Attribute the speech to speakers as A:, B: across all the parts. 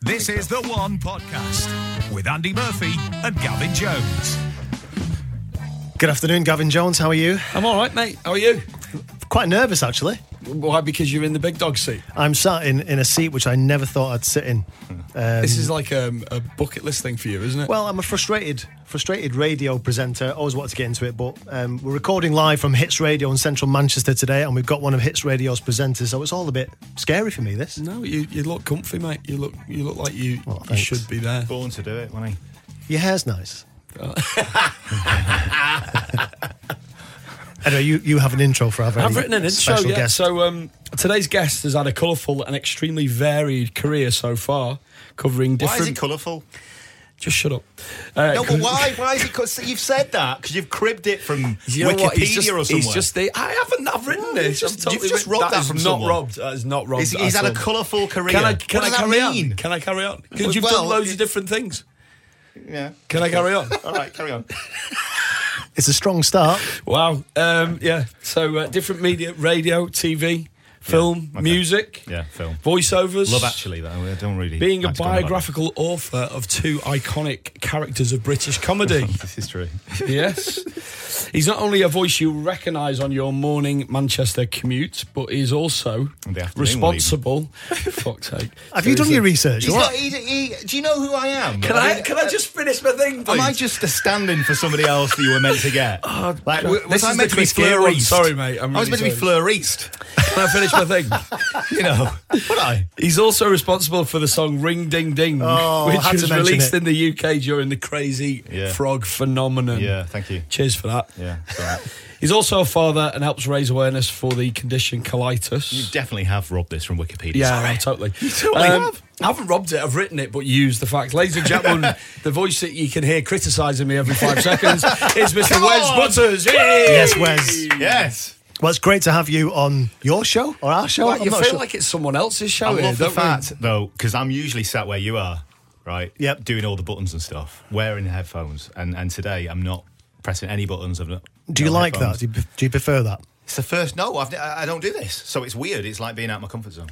A: This is the One Podcast with Andy Murphy and Gavin Jones.
B: Good afternoon, Gavin Jones. How are you?
C: I'm all right, mate. How are you?
B: Quite nervous, actually.
C: Why? Because you're in the big dog seat.
B: I'm sat in, in a seat which I never thought I'd sit in. Um,
C: This is like um, a bucket list thing for you, isn't it?
B: well, I'm a frustrated, frustrated radio presenter. Always wanted to get into it, but um, we're recording live from Hits Radio in central Manchester today, and we've got one of Hits Radio's presenters, so it's all a bit scary for me. This.
C: no, you, you look comfy, mate. You look you look like you,
B: Well,
C: you
B: thanks.
C: should be there.
D: Born to do it, wasn't he?
B: Your hair's nice.
C: Oh.
B: anyway, you, you have an intro for our very
C: I've written an intro,
B: special
C: yeah.
B: guest.
C: So um, today's guest has had a colourful and extremely varied career so far, covering
D: Why
C: different.
D: is he colourful?
C: Just shut up. Uh,
D: No, but why? Why is he? Co- so you've said that because you've cribbed it from
C: You know
D: Wikipedia
C: what? He's just,
D: or somewhere.
C: He's just the, I haven't. I've written
D: No,
C: this.
D: he's just-
C: I've totally
D: you've just
C: written-
D: robbed that
C: is
D: from
C: not
D: someone.
C: robbed. That is not robbed.
D: He's-
C: at
D: he's had a
C: all.
D: colourful career.
C: Can I, can
D: What
C: I
D: does that
C: carry on?
D: mean?
C: Can I carry on? Because you've
D: Well,
C: done loads
D: it-
C: of different things.
D: yeah.
C: Can I carry on?
D: All right, carry on.
B: it's a strong start.
C: Wow. Um, yeah. So uh, different media: radio, TV, film,
D: okay.
C: music.
D: Yeah, film.
C: Voiceovers.
D: Love Actually, though. I don't really.
C: Being a
D: like to comment on
C: biographical author of two iconic characters of British comedy.
D: that. This is true.
C: yes. He's not only a voice you recognise on your morning Manchester commute, but he's also
D: In the afternoon one,
C: responsible. Fuck's sake.
B: Have you done
C: Seriously.
B: your research?
D: He's
B: What?
D: not, he, he, do you know who I am?
C: Can
D: Like,
C: I, can I just finish my thing, please?
D: Am I just a stand-in for somebody else that you were meant to get? like, w-
C: Oh, This
D: was I
C: is the
D: meant to be
C: Chris Gale
D: Fleur
C: one.
D: East?
C: Sorry, mate, I'm
D: I was
C: really
D: meant to be
C: sorry.
D: Fleur East.
C: Can I finish my thing?
D: You know, would I?
C: He's also responsible for the song Ring Ding Ding,
B: Oh, I
C: which
B: had to
C: was
B: mention
C: released
B: it.
C: in the UK during the crazy
D: Yeah.
C: frog phenomenon.
D: Yeah, thank you.
C: Cheers for that.
D: Yeah. sorry.
C: He's also a father and helps raise awareness for the condition colitis.
D: You definitely have robbed this from Wikipedia.
C: yeah,
D: Sorry.
C: totally. Um,
D: totally have.
C: I haven't robbed it. I've written it, but used the facts. Ladies and gentlemen, the voice that you can hear criticising me every five seconds is Mr.
D: Come
C: Wes
D: on.
C: Butters. Yes,
B: Wes.
D: Yes.
B: Well, it's great to have you on your show or our show. I'm
C: you
B: not
C: feel
B: sure.
C: like it's someone else's show
D: I
C: here,
D: love the
C: don't we?
D: fact though, because I'm usually sat where you are, right?
B: Yep.
D: Doing all the buttons and stuff, wearing the headphones, and and today I'm not pressing any buttons. I've not.
B: Do you
D: no
B: like that?
D: headphones.
B: Do you, do you prefer that?
D: It's the first. No, I've, I I don't do this, so it's weird. It's like being out of my comfort zone.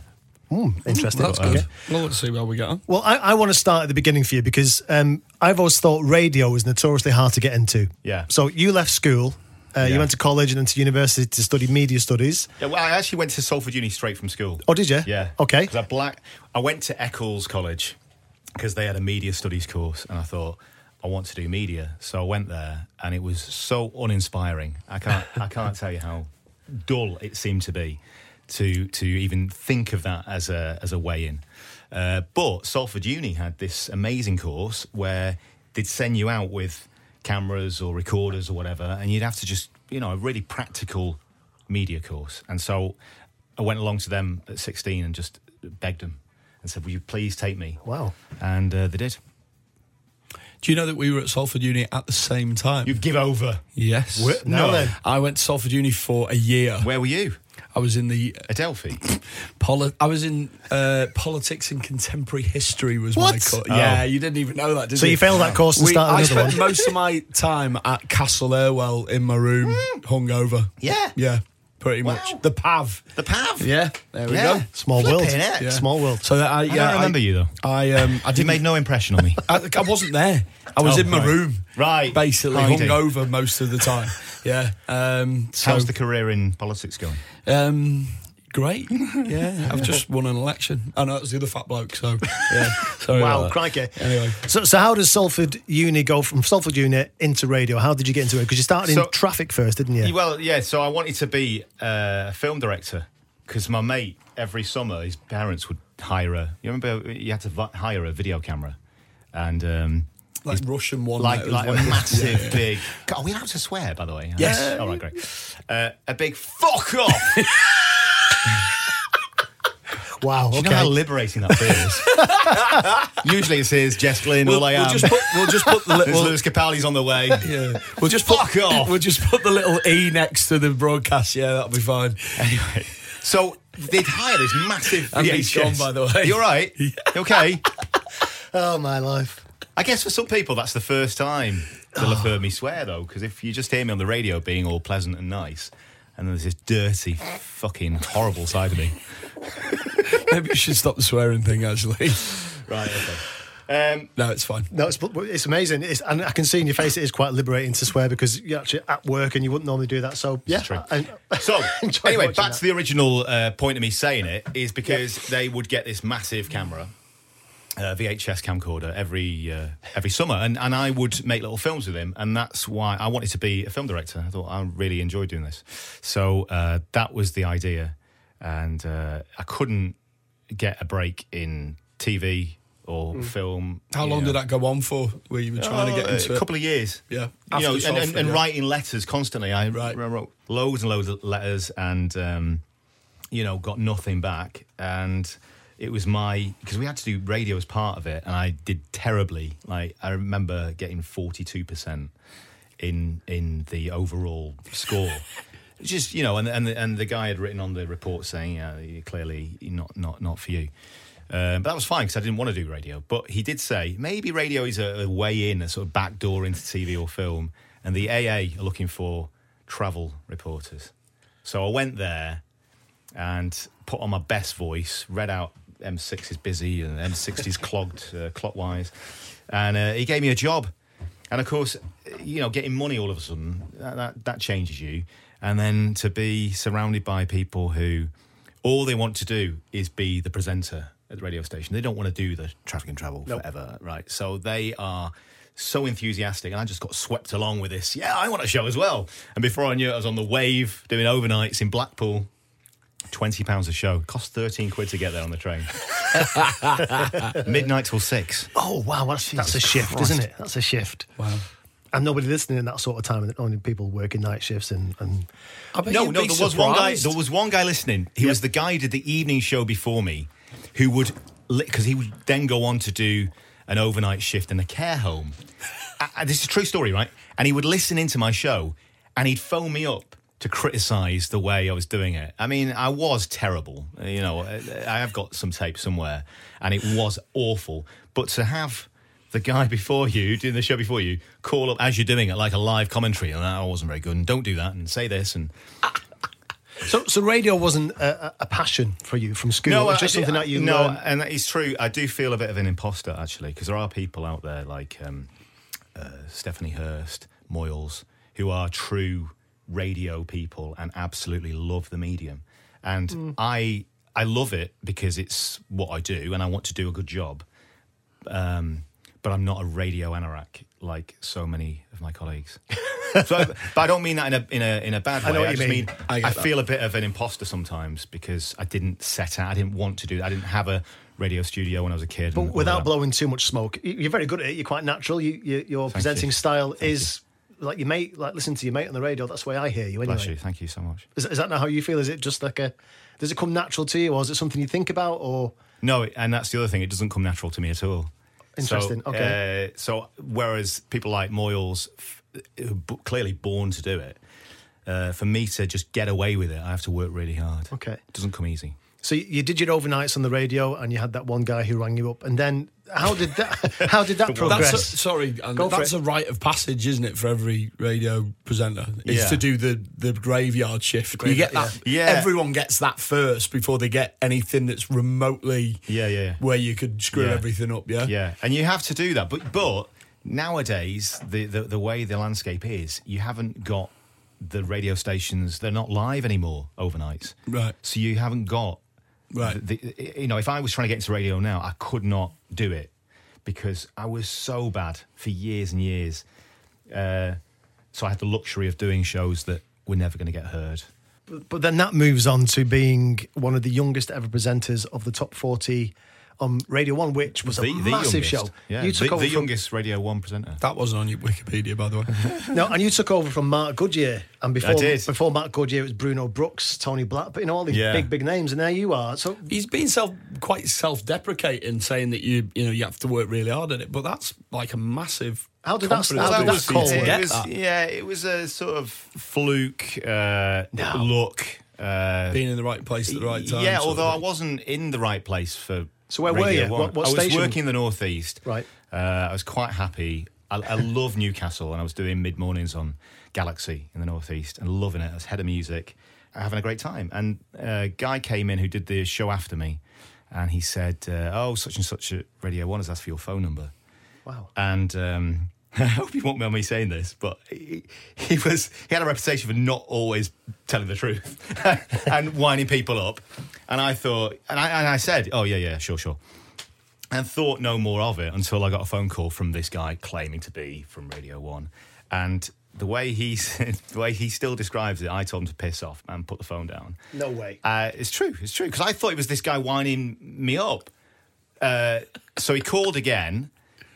B: Interesting.
C: That's good. Well, let's see how we get on.
B: Well, I, I want to start at the beginning for you because um, I've always thought radio was notoriously hard to get into.
D: Yeah.
B: So you left school, uh, you
D: Yeah.
B: went to college and then to university to study media studies.
D: Yeah, well, I actually went to Salford Uni straight from school.
B: Oh, did you?
D: Yeah.
B: Okay.
D: 'Cause I black. I went to Eccles College because they had a media studies course, and I thought I want to do media, so I went there, and it was so uninspiring. I can't. I can't tell you how dull it seemed to be to to even think of that as a as a way in. Uh, but Salford Uni had this amazing course where they'd send you out with cameras or recorders or whatever, and you'd have to just you know a really practical media course. And so I went along to them at 16 and just begged them and said, Will you please take me?
B: Wow.
D: And uh, they did.
C: Do you know that we were at Salford Uni at the same time?
D: You give over.
C: yes.
D: Wh-
B: Now
D: No.
B: then.
C: I went to Salford Uni for a year.
D: Where were you?
C: I was in the uh,
D: Adelphi.
C: poli- I was in uh, politics and contemporary history was my
B: What?
C: course.
D: Oh.
C: Yeah, you didn't even know that, did
B: So you failed that course and
C: We-
B: started
C: I
B: another
C: spent
B: one.
C: most of my time at Castle Irwell in my room, hungover.
D: Yeah.
C: yeah, pretty
D: Wow.
C: much the Pav.
D: the PAV.
C: Yeah, there we
D: Yeah.
C: go.
B: Small
D: Flipping
B: world.
D: heck.
C: Yeah.
B: Small world.
C: So that I, yeah,
D: don't remember you, though.
C: I um, I
D: You
C: did
D: made no impression on me.
C: I, I wasn't there. I was
D: Oh,
C: in my
D: right.
C: room,
D: Right.
C: Basically,
D: Hiding.
C: hungover most of the time. Yeah. Um, so,
D: How's the career in politics going?
C: um, great. Yeah, I've just won an election. Oh, I know it's the other fat bloke. So yeah. Sorry about
B: wow,
C: that.
B: crikey.
C: Anyway.
B: So, so how does Salford Uni go from Salford Uni into radio? How did you get into it? Because you started
D: So-
B: in traffic first, didn't you?
D: Well, yeah, so I wanted to be uh, a film director because my mate, every summer, his parents would hire a. You remember you had to vi- hire a video camera? And. Um,
C: Like Russian one.
D: like
C: that was
D: like a
C: this.
D: massive big. Are we allowed to swear? By the way,
C: Yes.
D: Uh, all right, great. Uh, a big fuck off.
B: wow.
D: Do you
B: Okay.
D: know how liberating that feels? Usually it's his Jess Glynn,
C: We'll,
D: all I
C: we'll
D: am.
C: just put. We'll just put the
D: There's
C: little.
D: Lewis Capaldi's on the way.
C: Yeah. We'll just put,
D: Fuck off.
C: We'll just put the little e next to the broadcast. Yeah, that'll be fine.
D: Anyway, so they'd hire this massive.
C: And
D: VHS.
C: he's gone, by the way.
D: You're right. okay.
B: oh, my life.
D: I guess for some people that's the first time they'll have heard me swear though, because if you just hear me on the radio being all pleasant and nice, and then there's this dirty, fucking horrible side of me.
C: Maybe you should stop the swearing thing. Actually,
D: Right. Okay. Um,
C: No, it's fine.
B: No, it's it's amazing, it's, and I can see in your face it is quite liberating to swear because you're actually at work and you wouldn't normally do that. So yeah,
D: true.
B: and-
D: So
B: Enjoyed
D: anyway,
B: watching
D: back
B: that.
D: to the original uh, point of me saying it is because they would get this massive camera, uh, VHS camcorder every uh, every summer, and and I would make little films with him, and that's why I wanted to be a film director. I thought I really enjoyed doing this, so uh, that was the idea, and uh, I couldn't get a break in TV or
B: Mm.
D: film.
C: How
D: you
C: long
D: know.
C: did that go on for? Where you were trying
D: Oh,
C: to get into
D: a
C: it?
D: couple of years.
C: Yeah.
D: you know,
C: After
D: and,
C: Salford,
D: and, and
C: yeah.
D: writing letters constantly. I
C: Right.
D: wrote- wrote loads and loads of letters, and um, you know, got nothing back. And it was my because we had to do radio as part of it, and I did terribly. Like I remember getting forty two percent in in the overall score. It's Just you know, and and the, and the guy had written on the report saying, uh, you're clearly not not not for you. Um, but that was fine because I didn't want to do radio. But he did say maybe radio is a, a way in, a sort of back door into TV or film. And the AA are looking for travel reporters. So I went there and put on my best voice, read out M6 is busy and M6 is clogged uh, clockwise. And uh, he gave me a job. And of course, you know, getting money all of a sudden, that, that, that changes you. And then to be surrounded by people who all they want to do is be the presenter at the radio station. They don't want to do the traffic and travel forever, right? So they are so enthusiastic, and I just got swept along with this. Yeah, I want a show as well. And before I knew it, I was on the wave doing overnights in Blackpool. Twenty pounds a show. Cost thirteen quid to get there on the train. Midnight till six.
B: oh wow, that's, that's a
D: Jesus
B: shift,
D: Christ.
B: isn't it? That's a shift.
C: Wow.
B: And nobody listening in that sort of time. Only people working night shifts and, and
C: I bet
D: No,
C: you'd
D: no,
C: be
D: there was one guy.
C: surprised.
D: There was one guy listening. He was the guy who did the evening show before me, who would because he would then go on to do an overnight shift in a care home. Uh, uh, this is a true story, right? And he would listen into my show, and he'd phone me up to criticise the way I was doing it. I mean, I was terrible. Uh, You know, I I have got some tape somewhere, and it was awful. But to have the guy before you doing the show before you call up as you're doing it like a live commentary and that wasn't very good and don't do that and say this and
B: so so radio wasn't a, a- a passion for you from school. it was
D: I-
B: just
D: I-
B: something that you
D: no,
B: learned.
D: and that is true. I do feel a bit of an imposter actually, because there are people out there like um, uh, Stephanie Hurst, Moyles, who are true radio people and absolutely love the medium. And
B: Mm.
D: I, I love it because it's what I do, and I want to do a good job. Um, but I'm not a radio anorak like so many of my colleagues. so, but I don't mean that in a in a in a bad way. I,
B: know what you
D: just
B: mean.
C: I
D: I,
C: get that.
D: feel a bit of an imposter sometimes because I didn't set out. I didn't want to do. that. I didn't have a radio studio when I was a kid. and all
B: without
D: that.
B: blowing too much smoke. You- You're very good at it. You're quite natural. You, you, your presenting
D: you.
B: style is like your mate. Like listen to your mate on the radio. That's the way I hear you. Anyway,
D: Bless you. Thank you so much.
B: Is, is that not how you feel? Is it just like a? Does it come natural to you, or is it something you think about? Or
D: No, and that's the other thing. It doesn't come natural to me at all.
B: Interesting,
D: So,
B: okay.
D: Uh, so whereas people like Moyles, f- who b- clearly born to do it, uh, for me to just get away with it, I have to work really hard.
B: Okay.
D: It doesn't come easy.
B: so you, you did your overnights on the radio, and you had that one guy who rang you up, and then how did that? How did that progress?
C: That's a, sorry, Andy,
B: Go for
C: that's
B: it.
C: a rite of passage, isn't it, for every radio presenter? Is
D: Yeah.
C: to do the, the graveyard shift. you get that.
D: yeah. Yeah.
C: Everyone gets that first before they get anything that's remotely.
D: Yeah, yeah, yeah.
C: Where you could screw
D: Yeah.
C: everything up. Yeah.
D: Yeah, and you have to do that. But but nowadays, the, the the way the landscape is, you haven't got the radio stations. They're not live anymore overnights.
C: Right.
D: So you haven't got
C: Right.
D: The, the- you know, if I was trying to get into radio now, I could not do it because I was so bad for years and years. Uh, so I had the luxury of doing shows that were never going to get heard.
B: But then that moves on to being one of the youngest ever presenters of the top 40 on Radio 1, which was a massive
D: youngest.
B: show.
D: Yeah,
B: you
D: the,
B: took over
D: the
B: from,
D: youngest Radio One presenter.
C: That wasn't on your Wikipedia, by the way.
B: No, and you took over from Mark Goodyear. And before
D: did.
B: before Mark Goodyear, it was Bruno Brooks, Tony Black, but you know, all these
D: Yeah.
B: big, big names. And there you are. So
C: He's been self quite self-deprecating, saying that you you know you have to work really hard at it. But that's like a massive.
B: How did that-
C: confidence
B: how did that
C: boost
B: call
C: to
B: work?
D: It
C: get
D: was-
C: that.
D: Yeah, it was a sort of fluke uh,
B: No.
D: look. Uh,
C: Being in the right place at the right time.
D: yeah,
C: sort of
D: although I
C: thing.
D: wasn't in the right place for.
B: So where were
D: Radio
B: you?
D: One.
B: What- what
D: I was
B: station?
D: working in the northeast.
B: Right.
D: Uh, I was quite happy. I, I love Newcastle, and I was doing mid mornings on Galaxy in the northeast and loving it. I was head of music, having a great time. And uh, a guy came in who did the show after me, and he said, uh, "Oh, such and such at Radio One has asked for your phone number."
B: Wow.
D: And um, I hope you won't mind me saying this, but he, he was he had a reputation for not always telling the truth and winding people up. And I thought, and I, and I said, "Oh yeah, yeah, sure, sure." and thought no more of it until I got a phone call from this guy claiming to be from Radio One, and the way he said, the way he still describes it, I told him to piss off and put the phone down.
B: No way.
D: Uh, it's true. It's true because I thought it was this guy winding me up. Uh, so he called again,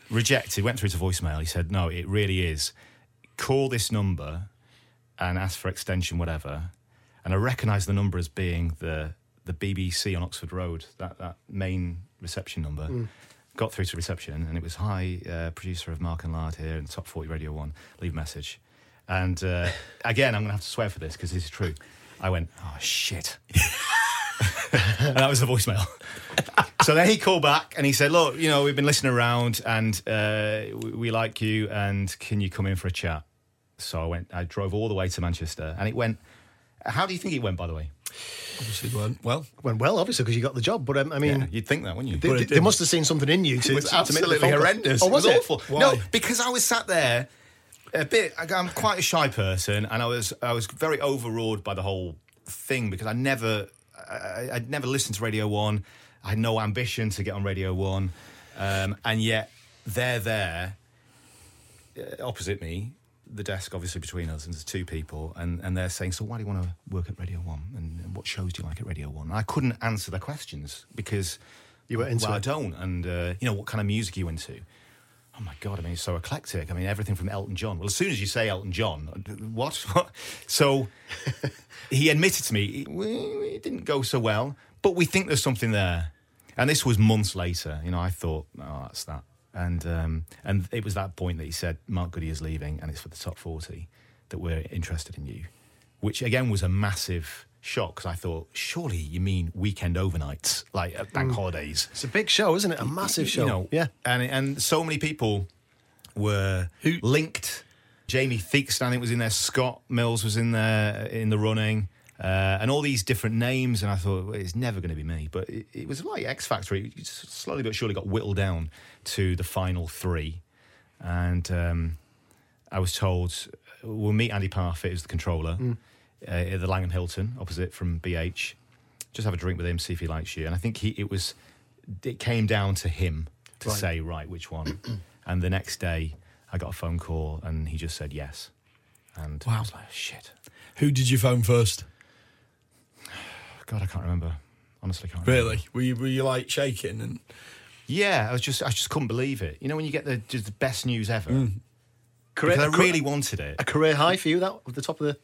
D: rejected, went through to voicemail. He said, "No, it really is. Call this number and ask for extension, whatever." And I recognised the number as being the the BBC on Oxford Road, that that main reception number. Got through to reception and it was, "Hi, uh, producer of Mark and Lard here in Top Forty Radio One. Leave a message." And uh, again, I'm going to have to swear for this because this is true. I went, "Oh shit." and that was the voicemail. so then he called back and he said, "Look, you know, we've been listening around and uh, we, we like you, and can you come in for a chat?" So I went. I drove all the way to Manchester, and it went. How do you think it went, by the way?
C: Obviously, weren't well.
B: Went well, obviously, because you got the job. But um, I mean,
D: You'd think that, wouldn't you?
B: they,
D: But
B: they-
D: it
B: they must have seen something in you. To,
D: was
B: to make the
D: absolutely
B: phone call.
D: horrendous.
B: Oh, was it?
D: awful.
C: Why?
D: No, because I was sat there a bit. I- I'm quite a shy person, and I was I was very overawed by the whole thing because I never I- I, I'd never listened to Radio One. I had no ambition to get on Radio One, um, and yet they're there uh, opposite me. The desk, obviously, between us, and there's two people, and, and they're saying, "So, why do you want to work at Radio One? And, and what shows do you like at Radio One?" And I couldn't answer the questions because
B: You were into
D: well, I
B: it.
D: don't, and uh, you know what kind of music are you into? Oh my god! I mean, it's so eclectic. I mean, everything from Elton John. Well, as soon as you say Elton John, what? so he admitted to me "We- it didn't go so well, but we think there's something there. And this was months later. You know, I thought, oh, that's that. And um, and it was that point that he said, Mark Goody is leaving, and it's for the top forty that we're interested in you, which again was a massive shock because I thought, surely you mean weekend overnights, like at bank holidays.
B: It's a big show, isn't it? A massive show.
D: You know,
B: yeah.
D: And and so many people were linked. Jamie Theakston, I think, was in there. Scott Mills was in there in the running, uh, and all these different names. And I thought well, it's never going to be me, but it, it was like X Factor. It s- slowly but surely got whittled down to the final three, and um, I was told we'll meet Andy Parfitt, who's the controller,
B: Mm.
D: uh, at the Langham Hilton, opposite from BH. Just have a drink with him, see if he likes you. And I think he, it was, it came down to him to say right which one. and the next day, I got a phone call, and he just said yes. And I
C: Wow.
D: was like, shit,
C: Who did you phone first?
D: God, I can't remember. Honestly, can't remember.
C: Really? Were you were you like shaking and
D: Yeah, I was just, I just couldn't believe it. You know, when you get the just the best news ever,
B: Career,
D: because I
B: a ca-
D: really wanted it.
B: a career high for you. That at the top of the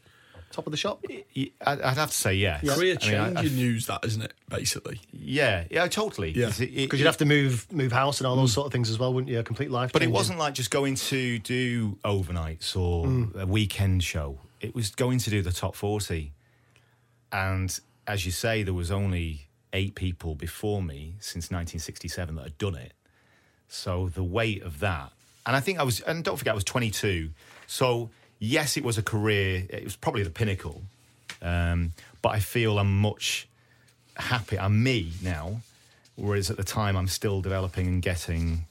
B: top of the shop.
D: I- I'd have to say yes.
C: career
D: I mean, I- I-
C: changing news? That isn't it? Basically,
D: yeah, yeah, totally.
C: Yeah.
D: Because it- it-
B: Because
D: it- Mm.
B: you'd have to move move house and all those sort of things as well, wouldn't you? A complete life.
D: But it
B: changing.
D: wasn't like just going to do overnights or
B: Mm.
D: a weekend show. It was going to do the top 40. And as you say, there was only eight people before me since 1967 that had done it. So the weight of that, and I think I was, and don't forget, I was 22. So yes, it was a career. It was probably the pinnacle. Um, but I feel I'm much happy. I'm me now, whereas at the time I'm still developing and getting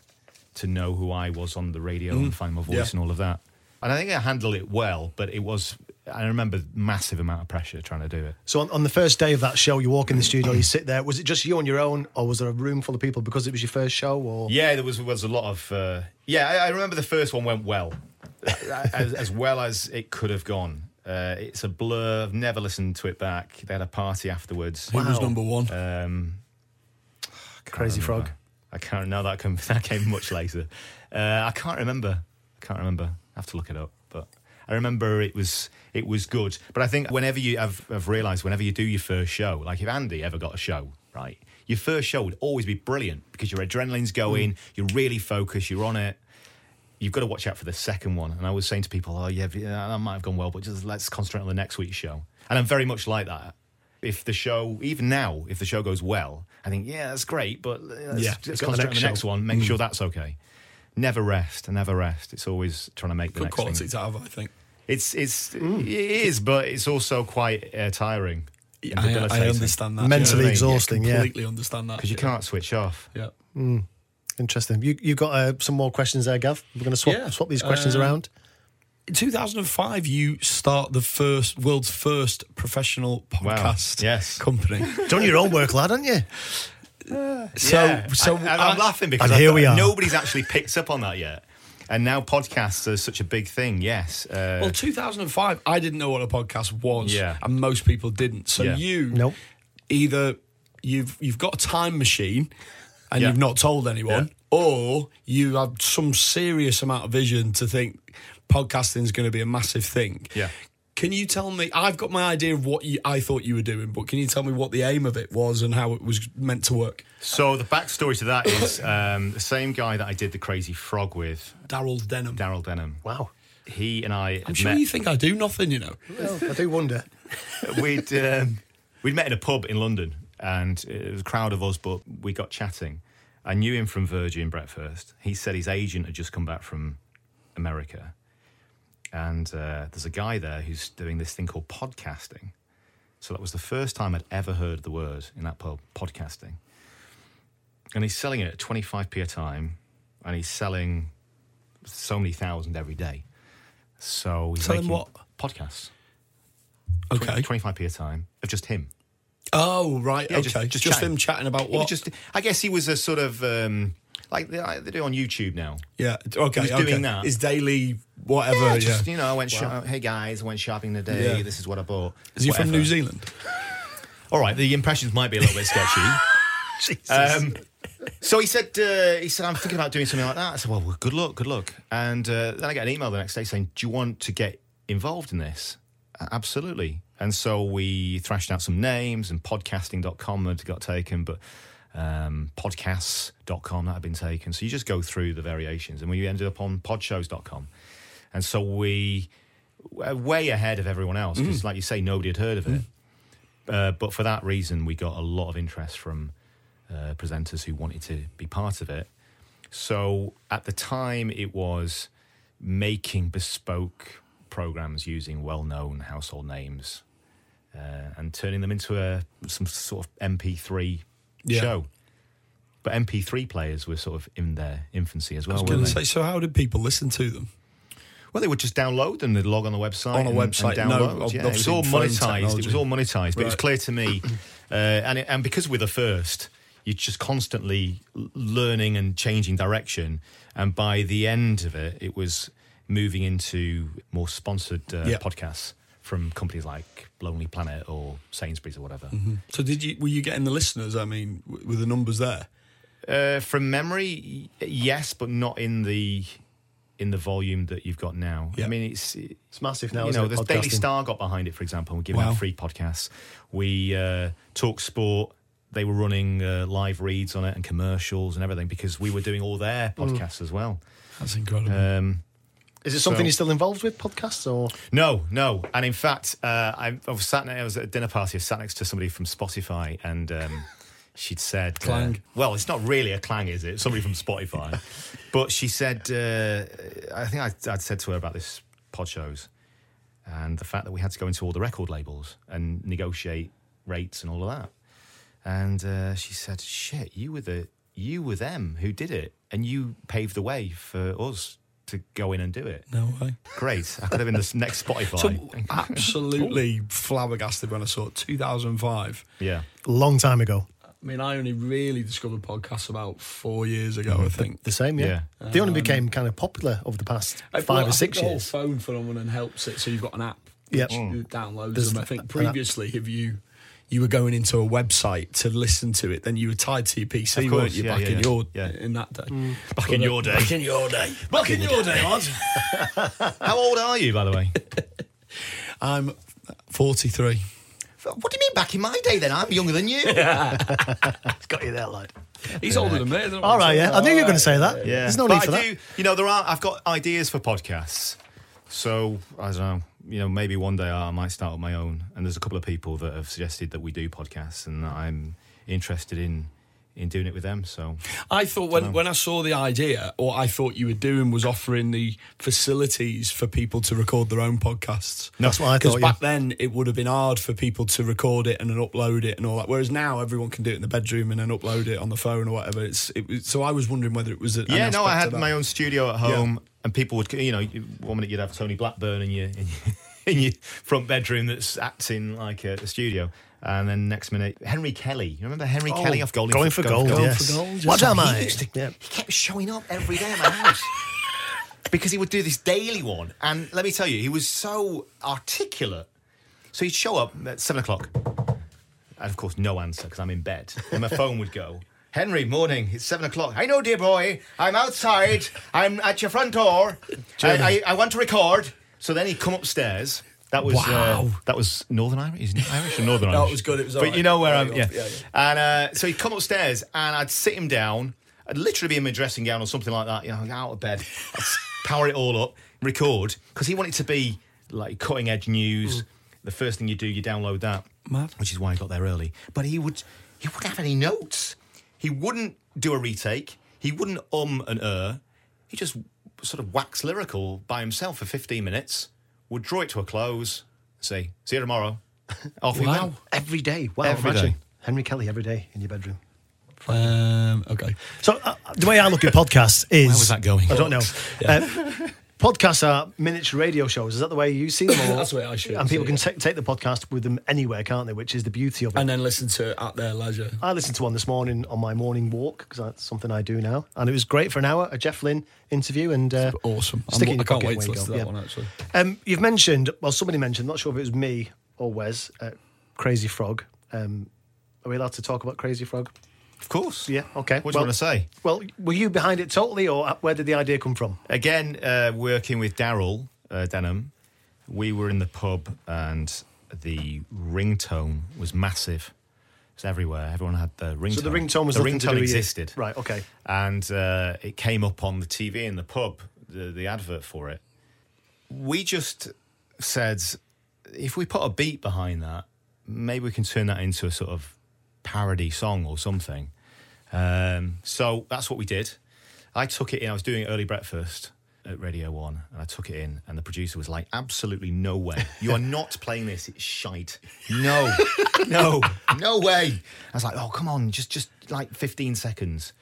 D: to know who I was on the radio and find my voice
C: Yeah.
D: and all of that. And I think I handled it well, but it was. I remember massive amount of pressure trying to do it.
B: So on, on the first day of that show, you walk in the studio, you sit there. Was it just you on your own, or was there a room full of people because it was your first show? Or
D: Yeah, there was was a lot of. Uh, yeah, I, I remember the first one went well, as, as well as it could have gone. Uh, it's a blur. I've never listened to it back. They had a party afterwards.
C: who was number one?
D: Um,
B: Crazy Frog.
D: I can't. No, that came that came much later. Uh, I can't remember. I can't remember. I have to look it up. But I remember it was it was good. But I think whenever you, I've, I've realised whenever you do your first show, like if Andy ever got a show, right, your first show would always be brilliant because your adrenaline's going, you're really focused, you're on it. You've got to watch out for the second one. And I was saying to people, oh yeah, that might have gone well, but just let's concentrate on the next week's show. And I'm very much like that. If the show, even now, if the show goes well, I think yeah, that's great, but uh, let's,
C: Yeah,
D: let's
B: got the
D: concentrate on
B: next
D: the next
B: show.
D: one.
C: Mm.
D: Make sure that's okay. Never rest, never rest. It's always trying to make the
C: Good
D: next
C: quality Mm.
D: thing.
C: to have, I think.
D: It's it's it is, but it's also quite uh, tiring. and
C: I, I
D: debilitating.
C: understand that.
B: Mentally
D: Yeah.
B: exhausting, yeah.
C: Completely understand that.
D: because you
C: shit.
D: can't switch off.
C: Yeah.
B: Interesting. You you got uh, some more questions there, Gav. We're going to swap
C: Yeah.
B: swap these questions
C: Um,
B: around.
C: In 2005, you start the first world's first professional
D: Wow.
C: podcast
D: Yes.
C: company.
B: Done your own work, lad, haven't you?
C: so,
D: Yeah.
C: so
D: and, and I'm
C: I-
D: laughing because
B: and here
D: I-
B: we are.
D: Nobody's actually picked up on that yet, and now podcasts are such a big thing. Yes, uh,
C: Well, 2005, I didn't know what a podcast was,
D: Yeah.
C: and most people didn't. So
D: Yeah.
C: you,
B: Nope.
C: either you've you've got a time machine, and
D: Yeah.
C: you've not told anyone, or you have some serious amount of vision to think podcasting is going to be a massive thing.
D: Yeah.
C: Can you tell me? I've got my idea of what you, I thought you were doing, but can you tell me what the aim of it was and how it was meant to work?
D: so the backstory to that is um, the same guy that I did the Crazy Frog with,
C: Daryl Denham.
D: Daryl Denham.
B: Wow.
D: He and I.
C: I'm
D: had
C: sure
D: met-
C: you think I do nothing, you know.
B: Well, I do wonder.
D: we'd um, we'd met in a pub in London, and it was a crowd of us, but we got chatting. I knew him from Virgin Breakfast. He said his agent had just come back from America, and uh, there's a guy there who's doing this thing called podcasting. So that was the first time I'd ever heard the word in that pub, podcasting. And he's selling it at 25p a time, and he's selling so many thousand every day. So he's
C: Selling
D: making
C: what?
D: podcasts
C: Okay.
D: 25p a time of just him.
C: Oh, right.
D: Yeah,
C: okay.
D: just-
C: Just,
D: just chatting.
C: them chatting about
D: He was
C: what?
D: just, I guess he was a sort of um, like they, like they do on YouTube now.
C: Yeah. Okay.
D: He was
C: okay.
D: doing that.
C: His daily whatever.
D: Yeah,
C: Yeah.
D: just you know, I went. Shop- hey guys, went shopping today.
C: Yeah.
D: This is what I bought.
C: Is he from
D: Whatever.
C: New Zealand?
D: All right, the impressions might be a little bit sketchy. Um, so he said, uh, he said, I'm thinking about doing something like that. I said, well, well good luck, good luck. And uh, then I get an email the next day saying, do you want to get involved in this? "A- Absolutely. And so we thrashed out some names and podcasting.com had got taken, but um, podcasts.com that had been taken. So you just go through the variations and we ended up on podshows.com. And so we were way ahead of everyone else because, like you say, nobody had heard of it. Uh, but for that reason, we got a lot of interest from uh, presenters who wanted to be part of it. So at the time, it was making bespoke programs using well-known household names uh, and turning them into a some sort of MP3
C: Yeah.
D: show. But MP3 players were sort of in their infancy as well.
C: I was
D: weren't
C: going to
D: they?
C: say. So, how did people listen to them?
D: Well, they would just download them. They'd log on the website
C: On a
D: and-
C: website,
D: And
C: no,
D: download.
C: ob-
D: yeah, it was
C: obviously
D: all
C: phone
D: monetized. It was
C: technology.
D: all monetized, but it was
C: Right.
D: clear to me, uh, and it, and because we're the first, you're just constantly l- learning and changing direction. And by the end of it, it was moving into more sponsored uh,
C: Yeah.
D: podcasts from companies like Lonely Planet or Sainsbury's or whatever.
C: So, did you? Were you getting the listeners? I mean, w- were the numbers there?
D: Uh, from memory, y- yes, but not in the in the volume that you've got now.
C: Yeah.
D: I mean, it's
B: It's massive now.
D: you
B: isn't
D: know,
B: it,
D: the Daily
B: podcasting?
D: Star got behind it, for example. and We're giving
C: Wow.
D: out free podcasts. We uh, talk sport. They were running uh, live reads on it and commercials and everything because we were doing all their
B: Mm.
D: podcasts as well.
C: That's incredible.
D: Um,
B: Is it something
D: so-
B: you're still involved with podcasts or?
D: no, no. And in fact, uh, I, I was sat. ne- I was at a dinner party. I sat next to somebody from Spotify, and um, she'd said,
C: Clang.
D: uh, well, it's not really a clang, is it? Somebody from Spotify, but she said, uh, I think I'd, I'd said to her about this pod shows, and the fact that we had to go into all the record labels and negotiate rates and all of that. And uh, she said, "Shit, you were the you were them who did it, and you paved the way for us." To go in and do it.
C: no way.
D: Great. I could have been the next Spotify.
C: So, absolutely flabbergasted when I saw it. 2005.
D: yeah.
B: Long time ago.
C: I mean, I only really discovered podcasts about four years ago, I think.
B: The same, yeah.
D: Yeah.
B: They only became kind of popular over the past five
C: Well, I
B: or
C: think
B: six
C: the whole
B: years.
C: phone phenomenon helps it. So you've got an app.
B: Yep.
C: which you downloads
B: There's th-
C: them. I
B: an
C: think
B: app.
C: previously, if you you were going into a website to listen to it, then you were tied to your PC,
D: Of course,
C: weren't you?
D: yeah,
C: back
D: yeah,
C: in
D: yeah.
C: your
D: Yeah.
C: in that day.
D: Back in your day.
C: Mm. Back in your day. Back in your day, lads.
D: How old are you, by the way?
C: I'm 43.
D: what do you mean back in my day then? I'm younger than you.
B: Got you there, lad.
C: He's older than me. I don't
B: All right,
C: know.
B: yeah. I knew you were going to say that.
D: Yeah.
B: There's no
D: But
B: need
D: I
B: for
D: do, You know, there are I've got ideas for podcasts. So I don't know. You know, maybe one day I might start up my own. And there's a couple of people that have suggested that we do podcasts and that I'm interested in in doing it with them. So
C: I thought when, when I saw the idea, what I thought you were doing was offering the facilities for people to record their own podcasts.
B: That's what I
C: Because
B: thought,
C: back then it would have been hard for people to record it and then upload it and all that. Whereas now everyone can do it in the bedroom and then upload it on the phone or whatever. It's it, was- so I was wondering whether it was an
D: yeah, no,
C: aspect
D: I
C: of
D: had
C: that.
D: my own studio at home, and people would, you know, you- one minute you'd have Tony Blackburn in your in your, in your front bedroom that's acting like a, a studio, and then next minute Henry Kelly. You remember Henry Kelly off Golding
B: Oh, Going for gold,
D: Goal?
B: yes.
C: gold, yes.
B: What
D: So
B: am
D: he
B: I?
D: used to-
B: Yeah.
D: He kept showing up every day at my house. Because he would do this daily one. And let me tell you, he was so articulate. So he'd show up at seven o'clock. And of course, no answer because I'm in bed. And my phone would go, Henry, morning, it's seven o'clock. I know, dear boy. I'm outside. I'm at your front door. I, I, I want to record. So then he'd come upstairs. That was uh,
C: Wow.
D: that was Northern Irish. Is it Irish or Northern Irish?
C: No, it was good, it was
D: But
C: alright.
D: you know where
C: Yeah,
D: I'm.
C: yeah,
D: Yeah.
C: yeah, yeah.
D: And uh, so he'd come upstairs and I'd sit him down. I'd literally be in my dressing gown or something like that, you know, out of bed. I'd s- power it all up, record, because he wanted to be like cutting edge news. The first thing you do, you download that.
C: Mm. Mad.
D: Which is why he got there early. But he would he wouldn't have any notes. He wouldn't do a retake. He wouldn't um and er. He just sort of wax lyrical by himself for 15 minutes, would draw it to a close, say, see you tomorrow. Off he went.
C: Wow.
B: Every day. Wow,
D: Every
B: imagine.
D: day.
B: Henry Kelly every day in your bedroom.
C: Um, okay.
B: So uh, the way I look at podcasts is.
D: was that going?
B: I don't know. Uh, podcasts are miniature radio shows. Is that the way you see them? Or,
C: That's the way I should
B: And people
C: see
B: can ta- take the podcast with them anywhere, can't they? Which is the beauty of it.
C: And then listen to it at their leisure.
B: I listened to one this morning on my morning walk because that's something I do now, and it was great for an hour. A Jeff Lynne interview and uh,
C: Awesome. I'm-
B: stick it in
C: I
B: your
C: can't
B: pocket
C: wait
B: when
C: to
B: you
C: listen
B: go,
C: to that
B: yeah.
C: one actually.
B: Um, you've mentioned, well, somebody mentioned. Not sure if it was me or Wes. Uh, Crazy Frog. Um, are we allowed to talk about Crazy Frog?
D: Of course.
B: Yeah. Okay.
D: What
B: well,
D: do you want to say?
B: Well, were you behind it totally, or uh, where did the idea come from?
D: Again, uh, working with Daryl uh, Denham, we were in the pub and the ringtone was massive. It was everywhere. Everyone had the ringtone.
B: So the ringtone was
D: the
B: nothing to do
D: ringtone
B: with you.
D: existed,
B: Right. Okay.
D: and uh, it came up on the TV in the pub, the, the advert for it. We just said, if we put a beat behind that, maybe we can turn that into a sort of parody song or something. Um, so that's what we did. I took it in. I was doing early breakfast at Radio One, and I took it in, and the producer was like, "Absolutely no way! You are not playing this. It's shite. No, no, no way!" I was like, "Oh, come on, just just like 15 seconds."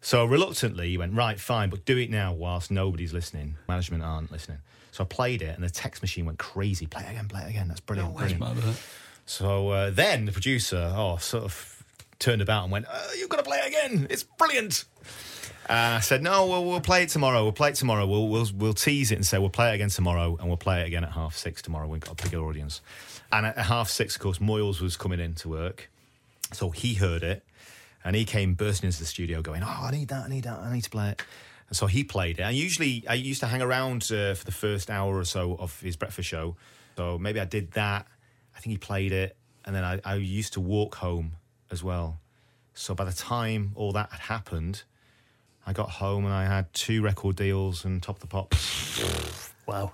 D: So reluctantly, he went, right, fine, but do it now whilst nobody's listening. Management aren't listening. So I played it, and the text machine went crazy. Play it again, play it again. That's brilliant. brilliant.
C: Mad, isn't it?
D: So uh, then the producer, oh, sort of turned about and went, uh, "You've got to play it again. It's brilliant." And I said, "No, we'll, we'll play it tomorrow. We'll play it tomorrow. We'll, we'll we'll tease it and say we'll play it again tomorrow, and we'll play it again at half six tomorrow. We've got a bigger audience." And at half six, of course, Moyles was coming in to work, so he heard it, and he came bursting into the studio, going, "Oh, I need that! I need that! I need to play it." And so he played it. And usually, I used to hang around uh, for the first hour or so of his breakfast show. So maybe I did that. I think he played it, and then I, I used to walk home as well. So by the time all that had happened, I got home and I had two record deals and Top of the Pops
B: Wow.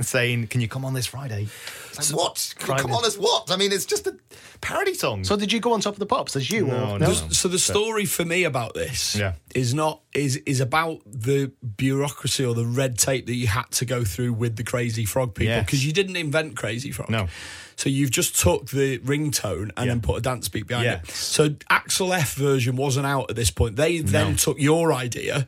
D: saying, "Can you come on this Friday?" It's like, what? Can you come on as what? I mean, it's just a parody song.
B: so did you go on top of the pops? As you?
D: No,
B: or,
D: no.
C: So the story for me about this
D: Yeah.
C: is not is is about the bureaucracy or the red tape that you had to go through with the crazy frog people
D: Yes.
C: because you didn't invent crazy frog.
D: No.
C: So you've just took the ringtone and then put a dance beat behind it.
D: Yes.
C: So Axel F version wasn't out at this point. They then took your idea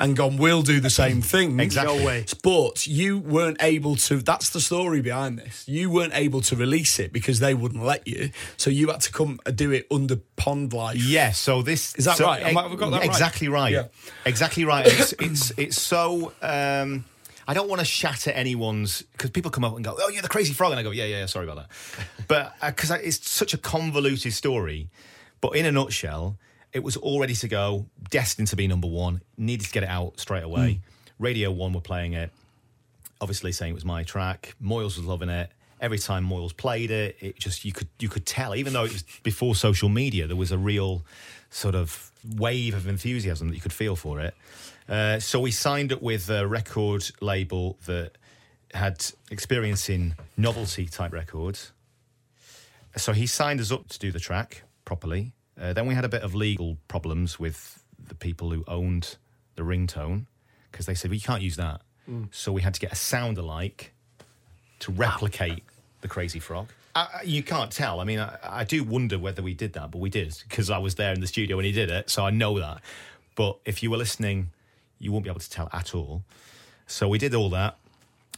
C: and gone, we'll do the same thing.
D: Exactly. No way.
C: But you weren't able to. That's the story behind this. You weren't able to release it because they wouldn't let you. So you had to come and do it under Pond Life.
D: Yeah, so this
C: Is that
D: so-
C: right? Am I- have I got that right?
D: exactly right.
C: Yeah.
D: Exactly right. And It's it's, it's so. Um, I don't want to shatter anyone's because people come up and go, "Oh, you're the crazy frog," and I go, "Yeah, yeah, yeah, sorry about that," but because it's such a convoluted story. But in a nutshell, it was all ready to go, destined to be number one. Needed to get it out straight away.
C: Hmm.
D: Radio One were playing it obviously saying it was my track. Moyles was loving it. Every time Moyles played it, it just you could you could tell, even though it was before social media, there was a real sort of wave of enthusiasm that you could feel for it. Uh, so we signed up with a record label that had experience in novelty type records. So he signed us up to do the track properly. Uh, then we had a bit of legal problems with the people who owned the ringtone because they said, well, you can't use that. So we had to get a sound alike to replicate the crazy frog. I, I- you can't tell. I mean, I, I do wonder whether we did that, but we did because I was there in the studio when he did it, so I know that. But if you were listening, you wouldn't be able to tell at all. So we did all that.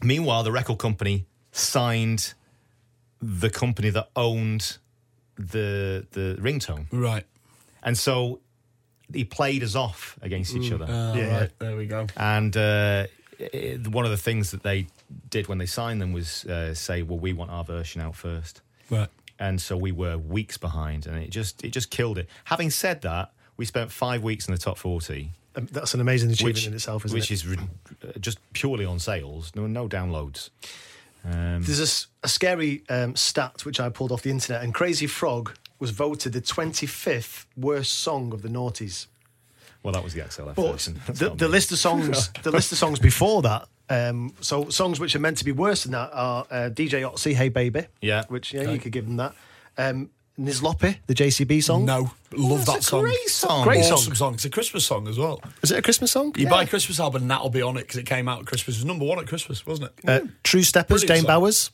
D: Meanwhile, the record company signed the company that owned the the ringtone,
C: Right.
D: and so he played us off against
B: Mm.
D: each other.
B: Yeah.
C: Right, there we go.
D: And uh, it, one of the things that they did when they signed them was uh, say, "Well, we want our version out first.
C: Right.
D: and so we were weeks behind, and it just it just killed it. Having said that, we spent five weeks in the top forty,
B: Um, That's an amazing achievement
D: which
B: in itself, isn't
D: which
B: it?
D: is re- uh, just purely on sales, no no downloads. Um,
B: There's a s- a, scary um, stat which I pulled off the internet, and Crazy Frog was voted the 25th worst song of the noughties.
D: well, that was the XLF
B: But
D: version. That's
B: the,
D: not
B: the
D: me.
B: list of songs, the list of songs before that. Um, so songs which are meant to be worse than that are uh, DJ Otzi, Hey Baby.
D: Yeah.
B: Which yeah, you could give them that. Um, Nizloppe, the JCB song.
C: No, love that
D: that's a
C: song.
D: great song.
B: Great
C: awesome
B: song.
C: It's a Christmas song as well.
B: Is it a Christmas song?
C: You buy a Christmas album and that'll be on it because it came out at Christmas. It was number one at Christmas, wasn't it?
B: Uh, True Steppers,
C: Brilliant
B: Dane
C: song.
B: Bowers,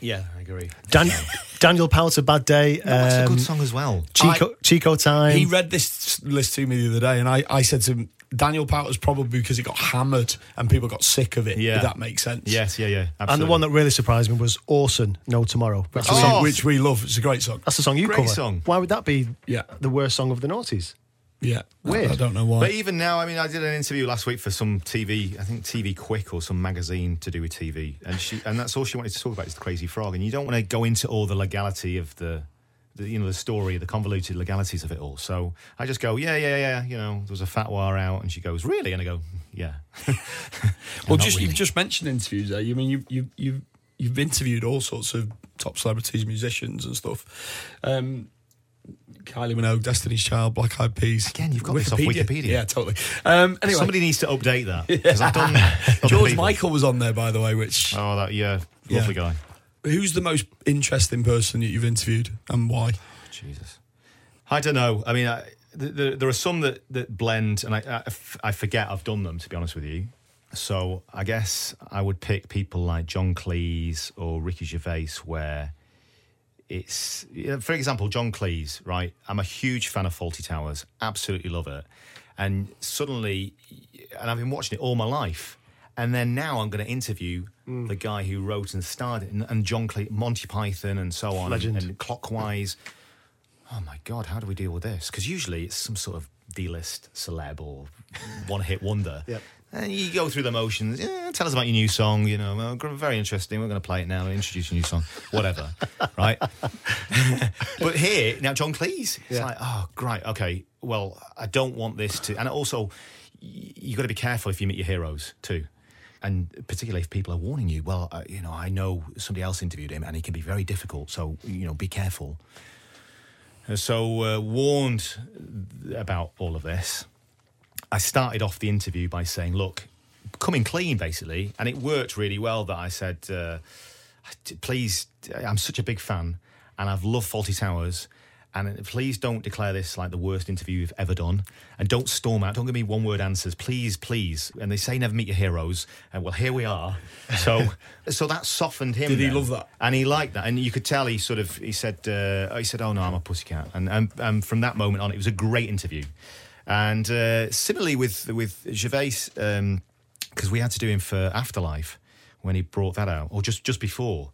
D: yeah, I agree.
B: Dan- Daniel Powter, Bad Day,
D: That's a
B: um,
D: good song as well.
B: Chico, Chico Time.
C: he read this list to me the other day, and I, I said to him, Daniel Powter's probably because it got hammered and people got sick of it.
D: Yeah.
C: If that makes sense.
D: Yes, yeah, yeah. Absolutely.
B: and the one that really surprised me was Orson, No Tomorrow. That's, the,
C: Which,
B: song,
D: Oh.
C: which we love. It's a great song.
B: that's the song you
D: Great
B: cover.
D: song.
B: Why would that be
C: Yeah.
B: the worst song of the noughties?
C: Yeah. I-
B: Weird.
C: I, don't know why.
D: But even now, I mean, I did an interview last week for some TV, I think TV Quick or some magazine to do with TV, and she, and that's all she wanted to talk about is the Crazy Frog, and you don't want to go into all the legality of the, the, you know, the story, the convoluted legalities of it all. So I just go, yeah, yeah, yeah, you know, there was a fatwa out, and she goes, really, and I go, yeah.
C: well,
D: not
C: just
D: really.
C: you've just mentioned interviews there. You mean you you you you've interviewed all sorts of top celebrities, musicians, and stuff. Um, Kylie Minogue, Destiny's Child, Black Eyed Peas.
D: Again, you've got this off Wikipedia.
C: Yeah, totally. Um, anyway,
D: Somebody needs to update that because I've done other
C: George
D: people.
C: Michael was on there, by the way. Which
D: Oh, that yeah, lovely
C: Yeah.
D: guy.
C: who's the most interesting person that you've interviewed and why?
D: Jesus. I don't know. I mean, I, th- th- there are some that, that blend, and I, I f- I forget I've done them, to be honest with you. So I guess I would pick people like John Cleese or Ricky Gervais, where it's, you know, for example, John Cleese, right? I'm a huge fan of Faulty Towers, absolutely love it. And suddenly, and I've been watching it all my life. And then now I'm going to interview
B: Mm.
D: the guy who wrote and starred it, and, and John Cleese, Monty Python, and so on,
B: Legend.
D: and Clockwise oh my god, how do we deal with this? Because usually it's some sort of D-list celeb or one-hit wonder.
B: Yep.
D: And you go through the motions. "Eh, tell us about your new song. You know, "Oh, gr- very interesting. We're going to play it now. Introduce your new song, whatever, right? but here now, John Cleese. It's
B: Yeah.
D: like, oh, great. Okay. Well, I don't want this to. And also, you got to be careful if you meet your heroes too. And particularly if people are warning you, well, uh, you know, I know somebody else interviewed him, and he can be very difficult. So you know, be careful so uh, warned about all of this. I started off the interview by saying, "Look, coming clean, basically," and it worked really well. That I said, uh, "Please, I'm such a big fan, and I've loved Faulty Towers." And please don't declare this like the worst interview you've ever done. And don't storm out. Don't give me one word answers. Please, please. And they say never meet your heroes. And well, here we are. So so that softened him.
C: Did he
D: then.
C: love that?
D: And he liked that, and you could tell he sort of he said uh, he said, "Oh no, I'm a pussycat," and, and and from that moment on, it was a great interview. And uh, similarly with with Gervais, because we had to do him for Afterlife when he brought that out, or just just before,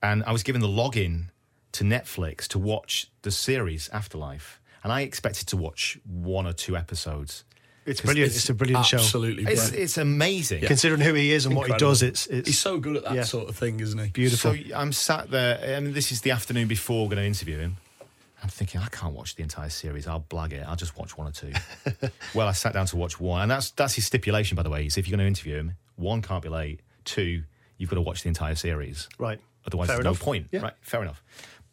D: and I was given the login to Netflix to watch the series Afterlife, and I expected to watch one or two episodes.
B: It's brilliant. It's, a brilliant show.
C: Absolutely
D: It's
C: brilliant.
D: it's amazing.
B: Considering who he is and what he
C: Incredible.
B: does, it's it's
C: He's so good at that
B: Yeah.
C: sort of thing, isn't he?
B: beautiful.
D: So I'm sat there, and this is the afternoon before we're going to interview him. I'm thinking, I can't watch the entire series. I'll blag it. I'll just watch one or two. well, I sat down to watch one, and that's that's his stipulation, by the way. Is if you're going to interview him, one can't be late. Two, you've got to watch the entire series.
B: Right.
D: Otherwise,
B: Fair
D: there's
B: enough.
D: no point.
B: Yeah.
D: Right. Fair enough.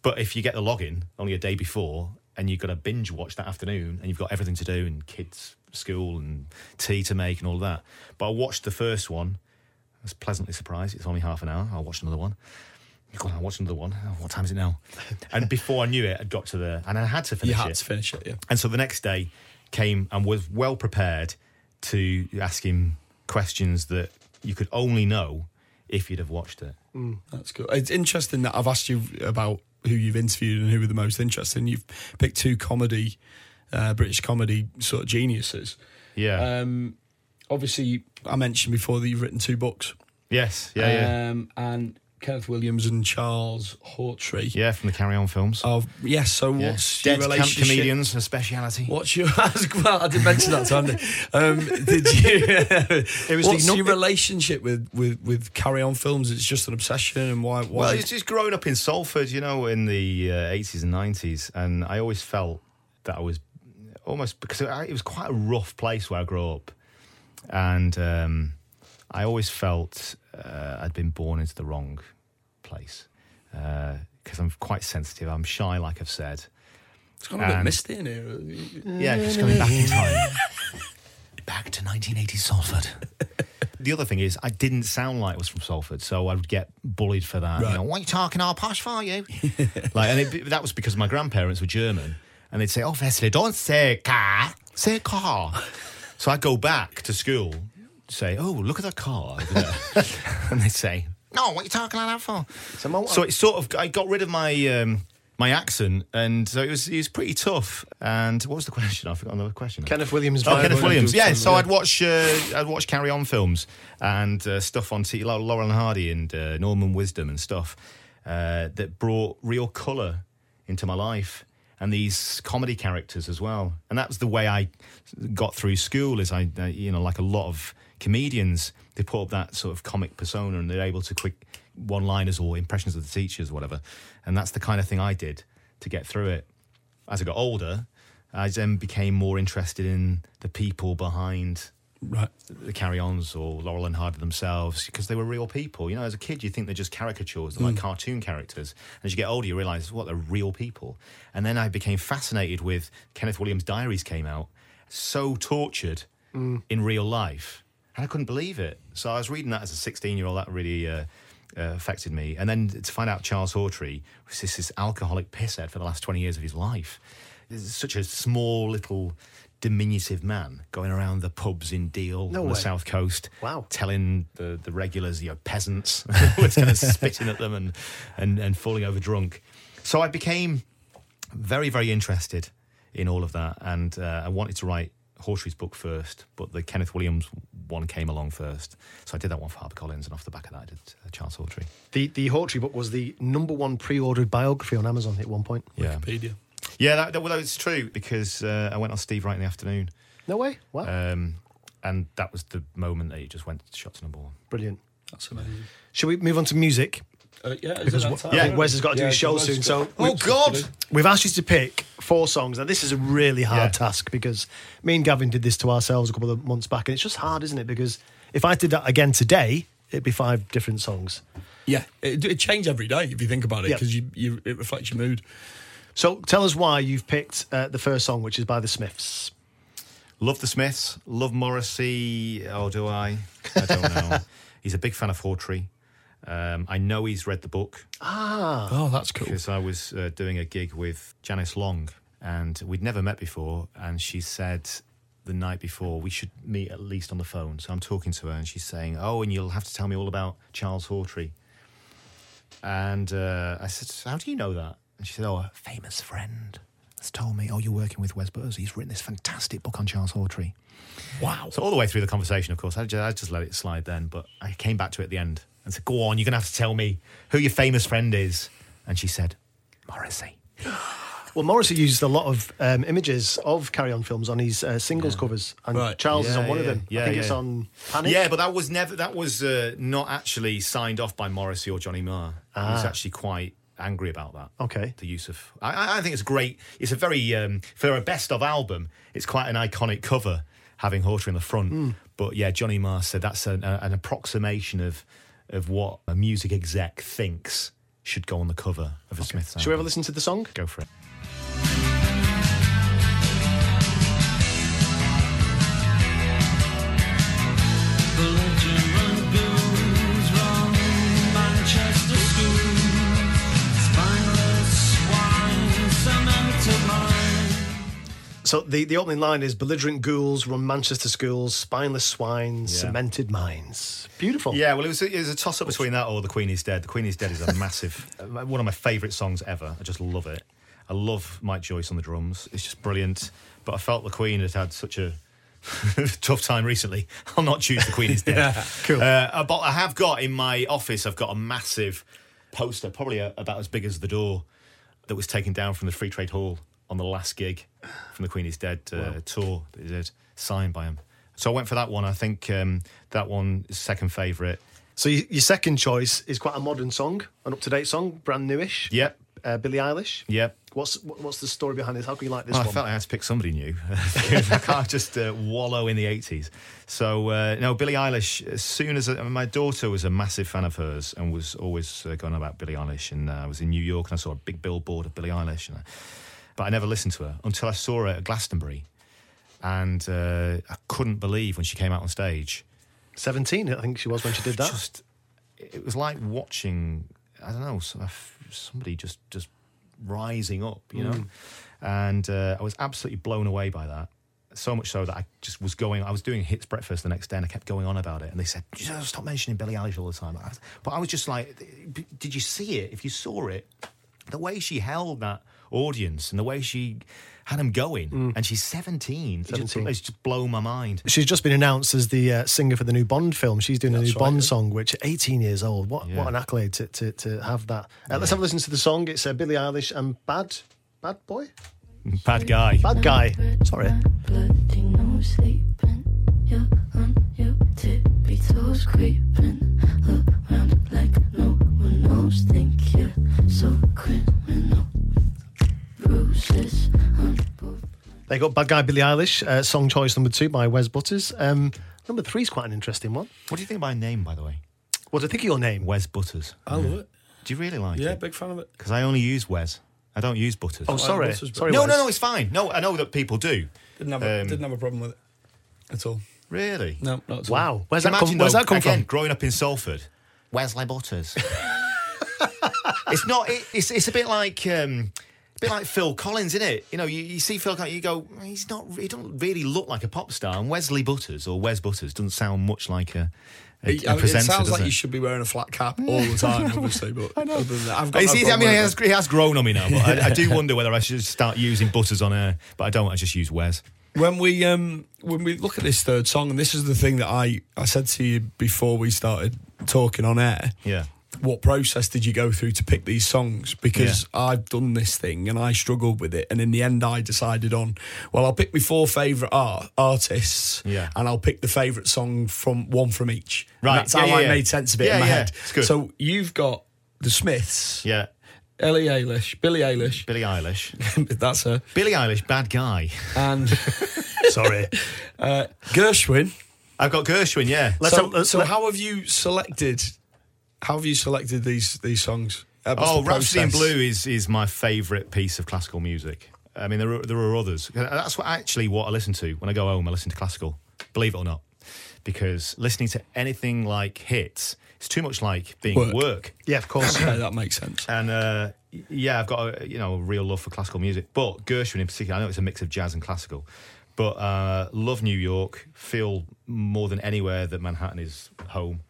D: But if you get the login only a day before, and you've got to binge watch that afternoon, and you've got everything to do, and kids, school, and tea to make, and all that. But I watched the first one. I was pleasantly surprised. It's only half an hour. I'll watch another one. Go on, I'll watch another one. Oh, what time is it now? And before I knew it, I'd got to the and I had to
C: You
D: finish
C: had
D: it.
C: to finish it, yeah.
D: And so the next day came and was well prepared to ask him questions that you could only know if you'd have watched it.
C: That's good. It's interesting that I've asked you about who you've interviewed and who were the most interesting. You've picked two comedy, uh, British comedy sort of geniuses.
D: Yeah.
C: Um, obviously, I mentioned before that you've written two books.
D: yes. Yeah. yeah.
C: Um, and Kenneth Williams and Charles Hawtrey.
D: yeah. From the Carry On films.
C: Of yes. So
D: Yeah.
C: what's
D: Dead
C: your
D: camp
C: Oh, relationship?
D: comedians, a speciality.
C: What's your ask? Well, I did mention that to Andy. Um, did you?
B: was
C: what's
B: the-
C: your relationship with, with, with Carry On Films? It's just an obsession, and why? why
D: Well, it's just growing up in Salford, you know, in the uh, 80s and 90s. And I always felt that I was almost because I, it was quite a rough place where I grew up. And um, I always felt uh, I'd been born into the wrong place because I'm quite sensitive. I'm shy, like I've said.
C: it's gone a bit
D: and-
C: misty in here.
D: Yeah, just going back in time. back to 1980 Salford. the other thing is, I didn't sound like I was from Salford, so I would get bullied for that. You know, why you talking all posh for you? like, and it, that was because my grandparents were German, and they'd say, "Oh, Wesley, don't say car, say car." So I would go back to school, say, "Oh, look at that car," over there." and they'd say, "No, what you talking like that for?"
B: So my-
D: So it sort of I got rid of my um, my accent, and so it was it was pretty tough. And what was the question? I forgot another question.
B: Kenneth Williams.
D: Oh,
B: vibe.
D: Kenneth Williams. Yeah, so
C: yeah.
D: I'd watch uh, I'd watch Carry On films and uh, stuff on TV, like Laurel and Hardy and uh, Norman Wisdom and stuff uh, that brought real colour into my life and these comedy characters as well. And that was the way I got through school. Is I, I you know like a lot of comedians, they put up that sort of comic persona and they're able to quick one-liners or impressions of the teachers, or whatever. And that's the kind of thing I did to get through it as I got older, I then became more interested in the people behind
C: Right.
D: the carry-ons or Laurel and Hardy themselves because they were real people. You know, as a kid, you think they're just caricatures, they're like cartoon characters. And as you get older, you realise what they're real people. And then I became fascinated with Kenneth Williams' diaries came out, so tortured in real life, and I couldn't believe it. So I was reading that as a sixteen-year-old. That really. Uh, uh, affected me, and then to find out Charles Hawtrey was this, this alcoholic pisshead for the last twenty years of his life. This is such a small little diminutive man going around the pubs in Deal
B: No
D: on the
B: way.
D: south coast.
B: Wow.
D: Telling the, the regulars, you know, peasants, was kind of spitting at them and, and, and falling over drunk. So I became very, very interested in all of that. And uh, I wanted to write Hawtrey's book first, but the Kenneth Williams one came along first. So I did that one for HarperCollins. And off the back of that, I did uh, Charles Hawtrey.
B: The the Hawtrey book was the number one pre-ordered biography on Amazon at one point.
D: Yeah.
C: Wikipedia.
D: Yeah, that, that, well, that's true because uh, I went on Steve Wright in the afternoon.
B: No way. Wow.
D: Um, and that was the moment that he just went shot to number one.
B: Brilliant.
C: That's amazing.
B: Shall we move on to music?
C: Uh, yeah, is
B: Because
C: it that
B: we-
C: time?
B: I think Wes has got to do his show
C: Wes
B: soon,
C: has
B: so-
C: got-
B: Oh,
C: Wes has got to
D: God!
C: do-
B: We've asked you to pick four songs. Now, this is a really hard
D: Yeah.
B: task because me and Gavin did this to ourselves a couple of months back, and it's just hard, isn't it? Because if I did that again today, it'd be five different songs.
C: Yeah, it, it changes every day if you think about it
B: Yeah.
C: because you, you it reflects your mood.
B: So tell us why you've picked uh, the first song, which is by The Smiths.
D: Love the Smiths. Love Morrissey. Oh, do I? I don't know. he's a big fan of Hawtrey. Um, I know he's read the book
C: Oh, that's cool.
D: because I was uh, doing a gig with Janice Long and we'd never met before. And she said the night before, we should meet at least on the phone. So I'm talking to her and she's saying, Oh, and you'll have to tell me all about Charles Hawtrey. And uh, I said, How do you know that? And she said, Oh, a famous friend has told me, Oh, you're working with Wes Burrs. He's written this fantastic book on Charles Hawtrey.
C: Wow.
D: So all the way through the conversation, of course, I just, I just let it slide then. But I came back to it at the end and said, "Go on, you're gonna have to tell me who your famous friend is." And she said, "Morrissey."
B: Well, Morrissey used a lot of um, images of Carry On films on his uh, singles covers, and
C: Right.
B: Charles is
D: Yeah,
B: on one of
D: yeah,
B: them. I
D: yeah,
B: think it's
D: yeah.
B: on Panic.
D: Yeah, but that was never that was uh, not actually signed off by Morrissey or Johnny Marr. He was actually quite angry about that.
B: Okay.
D: the use of I- I, I think it's great. It's a very um, for a best of album. It's quite an iconic cover having Hawtrey in the front. But yeah, Johnny Marr said that's an, a, an approximation of of what a music exec thinks should go on the cover of a Smiths
B: Shall we
D: album.
B: ever listen to the song?
D: Go for it.
E: The legend runs blues round Manchester schools.
B: So the, the opening line is belligerent ghouls run Manchester schools, spineless swine, cemented minds. Beautiful.
D: Yeah, well, it was a, it was a toss up between that or The Queen is Dead. The Queen is Dead is a massive, uh, one of my favourite songs ever. I just love it. I love Mike Joyce on the drums. It's just brilliant. But I felt The Queen had had such a tough time recently. I'll not choose The Queen is Dead. cool. Uh, but I have got in my office, I've got a massive poster, probably a, about as big as the door, that was taken down from the Free Trade Hall on the last gig from the Queen is Dead uh, tour that they did, signed by him. So I went for that one. I think um, that one is second favourite.
B: So y- your second choice is quite a modern song, an up to date song, brand newish.
D: Yep.
B: Uh, Billie Eilish.
D: Yep.
B: What's wh- what's the story behind this? How can you like this
D: Well, I
B: one?
D: felt I had to pick somebody new. I can't just uh, wallow in the 80s. So, uh, no, Billie Eilish, as soon as uh, my daughter was a massive fan of hers and was always uh, going on about Billie Eilish, and uh, I was in New York and I saw a big billboard of Billie Eilish, and I, but I never listened to her until I saw her at Glastonbury. And uh, I couldn't believe when she came out on stage.
B: Seventeen, I think she was when she did that.
D: Just, it was like watching, I don't know, sort of somebody just just rising up, you know. And uh, I was absolutely blown away by that. So much so that I just was going. I was doing hits breakfast the next day, and I kept going on about it. And they said, "Just "Stop mentioning Billie Eilish all the time." I- But I was just like, "Did you see it? If you saw it, the way she held that audience and the way she had them going, and she's 17, It, just,
B: 17.
D: it's just blown my mind."
B: She's just been announced as the uh, singer for the new Bond film. She's doing a new
C: right,
B: Bond
C: yeah.
B: song, which 18 years old. What
D: Yeah.
B: what an accolade to, to, to have that. Uh, Let's have a listen to the song. It's uh, Billie Eilish and Bad Bad Boy,
D: Bad guy.
B: Bad Guy. Sorry.
E: Bloody no sleeping. You're on your tippy toes, creeping around like no one knows. Think you're so criminal. Bruises on both.
B: They got Bad Guy Billie Eilish. Uh, song choice number two by Wes Butters. Um, number three is quite an interesting one.
D: What do you think of my name, by the way?
B: What do you think of your name?
D: Wes Butters.
C: I love it.
D: Do you really like
C: Yeah,
D: it?
C: big fan of it.
D: Because I only use Wes. I don't use Butters.
B: Oh, sorry.
C: Wes is-
B: Sorry,
D: no,
B: Wes.
D: no, no, it's fine. No, I know that people do.
C: Didn't have a,
D: Um,
C: didn't have a problem with it at all.
D: Really?
C: No, not at all.
B: Wow. Where's
D: Can
B: that
D: you
B: come, where's
D: though,
B: that come
D: again,
B: from?
D: growing up in Salford, Wesley Butters. it's not. It, it's it's a bit like. Um, a Bit like Phil Collins, isn't it? You know, you, you see Phil Collins, you go, he's not, he don't really look like a pop star. And Wesley Butters or Wes Butters doesn't sound much like a, a,
C: It,
D: a
C: I mean, it
D: presenter.
C: sounds
D: does
C: like
D: it?
C: you should be wearing a flat cap all the time, obviously. But I know. I've got
D: It's-
C: no
D: it's- I mean,
C: problem
D: he
C: with
D: has,
C: it.
D: he has grown on me now, but I, I do wonder whether I should start using butters on air. But I don't. I just use Wes.
C: when we um when we look at this third song, and this is the thing that I I said to you before we started talking on air.
D: Yeah.
C: What process did you go through to pick these songs? Because I've done this thing and I struggled with it, and in the end, I decided on well, I'll pick my four favorite art, artists,
D: Yeah.
C: and I'll pick the favorite song from one from each. And
D: Right.
C: that's
D: Yeah,
C: how
D: yeah,
C: I
D: yeah.
C: made sense of it
D: Yeah,
C: in my
D: yeah.
C: head.
D: It's good.
C: So you've got the Smiths,
D: Yeah.
C: Ellie Eilish, Billie Eilish,
D: Billie Eilish.
C: that's her,
D: Billie Eilish, bad guy.
C: and
B: Sorry.
C: uh, Gershwin.
D: I've got Gershwin. Yeah.
B: Let's
C: so,
B: have- let's-
C: so
B: let-
C: how have you selected? How have you selected these these songs? Uh, what's
D: Oh,
C: the
D: Rhapsody in
C: process?
D: Blue is is my favourite piece of classical music. I mean, there are, there are others. Uh, That's what, actually what I listen to when I go home. I listen to classical, believe it or not, because listening to anything like hits, it's too much like being
C: Work.
D: at work.
B: Yeah, of course.
C: Okay, that makes sense.
D: And uh, y- yeah, I've got a you know a real love for classical music, but Gershwin in particular. I know it's a mix of jazz and classical, but uh, love New York. Feel more than anywhere that Manhattan is home.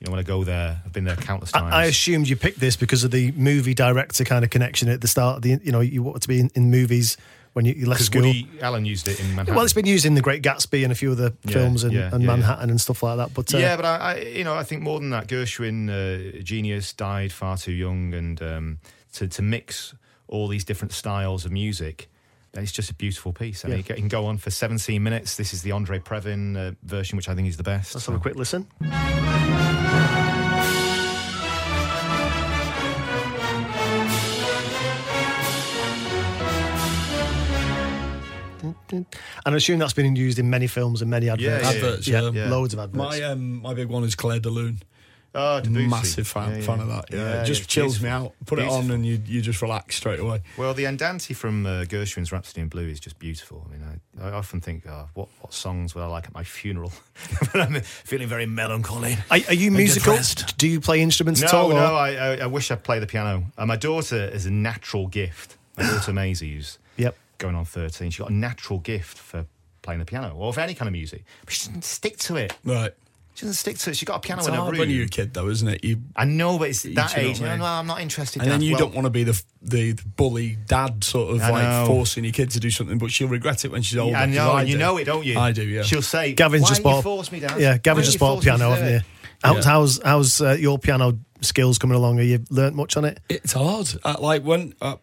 D: You know, when I go there, I've been there countless times.
B: I assumed you picked this because of the movie director kind of connection at the start. The you know you wanted to be in, in movies when you, you left
D: because
B: school.
D: Woody Allen used it in Manhattan.
B: well, it's been used in The Great Gatsby and a few other
D: Yeah,
B: films and,
D: yeah,
B: and
D: yeah, yeah.
B: Manhattan and stuff like that. But uh,
D: yeah, but I, I, you know, I think more than that, Gershwin, uh, genius, died far too young, and um, to to mix all these different styles of music, then it's just a beautiful piece. I mean,
B: Yeah.
D: it can- it can go on for 17 minutes. This is the Andre Previn uh, version, which I think is the best.
B: let's have a quick listen. And I assume that's been used in many films and many adverts.
D: yeah,
C: Adverts,
B: yeah,
C: yeah.
D: yeah. uh,
B: loads of adverts.
C: My um, my big one is Claire de Lune.
D: Oh, Debussy.
C: Massive fan
D: Yeah, yeah.
C: fan of that. Yeah,
D: Yeah,
C: it just
D: yeah,
C: chills me
D: beautiful.
C: out. Put it on
D: Beautiful.
C: and you you just relax straight away.
D: Well, the Andante from uh, Gershwin's Rhapsody in Blue is just beautiful. I mean, I, I often think, oh, what, what songs would I like at my funeral? but I'm feeling very melancholy.
B: Are, are you musical?
D: depressed.
B: Do you play instruments at all?
D: No,
B: or-
D: no, I, I, I wish I played the piano. Uh, my daughter is a natural gift. My daughter Maisie, who's
B: Yep.
D: going on 13. She got a natural gift for playing the piano or for any kind of music, but she doesn't stick to it.
C: Right.
D: She doesn't stick to it. She got a piano
C: It's
D: in her
C: hard when
D: room.
C: you're a kid, though, isn't it? You,
D: I know, but it's
C: You
D: that
C: two don't
D: age.
C: know.
D: No, no, I'm not interested.
C: and then
D: Dad.
C: you
D: Well,
C: don't want to be the, the the bully dad, sort of
D: I
C: like
D: know.
C: forcing your kid to do something, but she'll regret it when she's older.
D: I
C: 'cause
D: know, and you
C: do.
D: know it, don't you?
C: I do, yeah.
D: She'll say,
B: Gavin's
D: Why
B: just
D: don't you
B: bought.
D: force me, Dad?
B: Yeah,
D: Why don't
B: Gavin's just bought a
D: force me to
B: piano,
D: do
B: haven't you?
D: it?"
B: How's
C: Yeah.
B: how's, how's uh, your piano skills coming along? Have you learnt much on it?
C: It's hard. Uh, like when uh,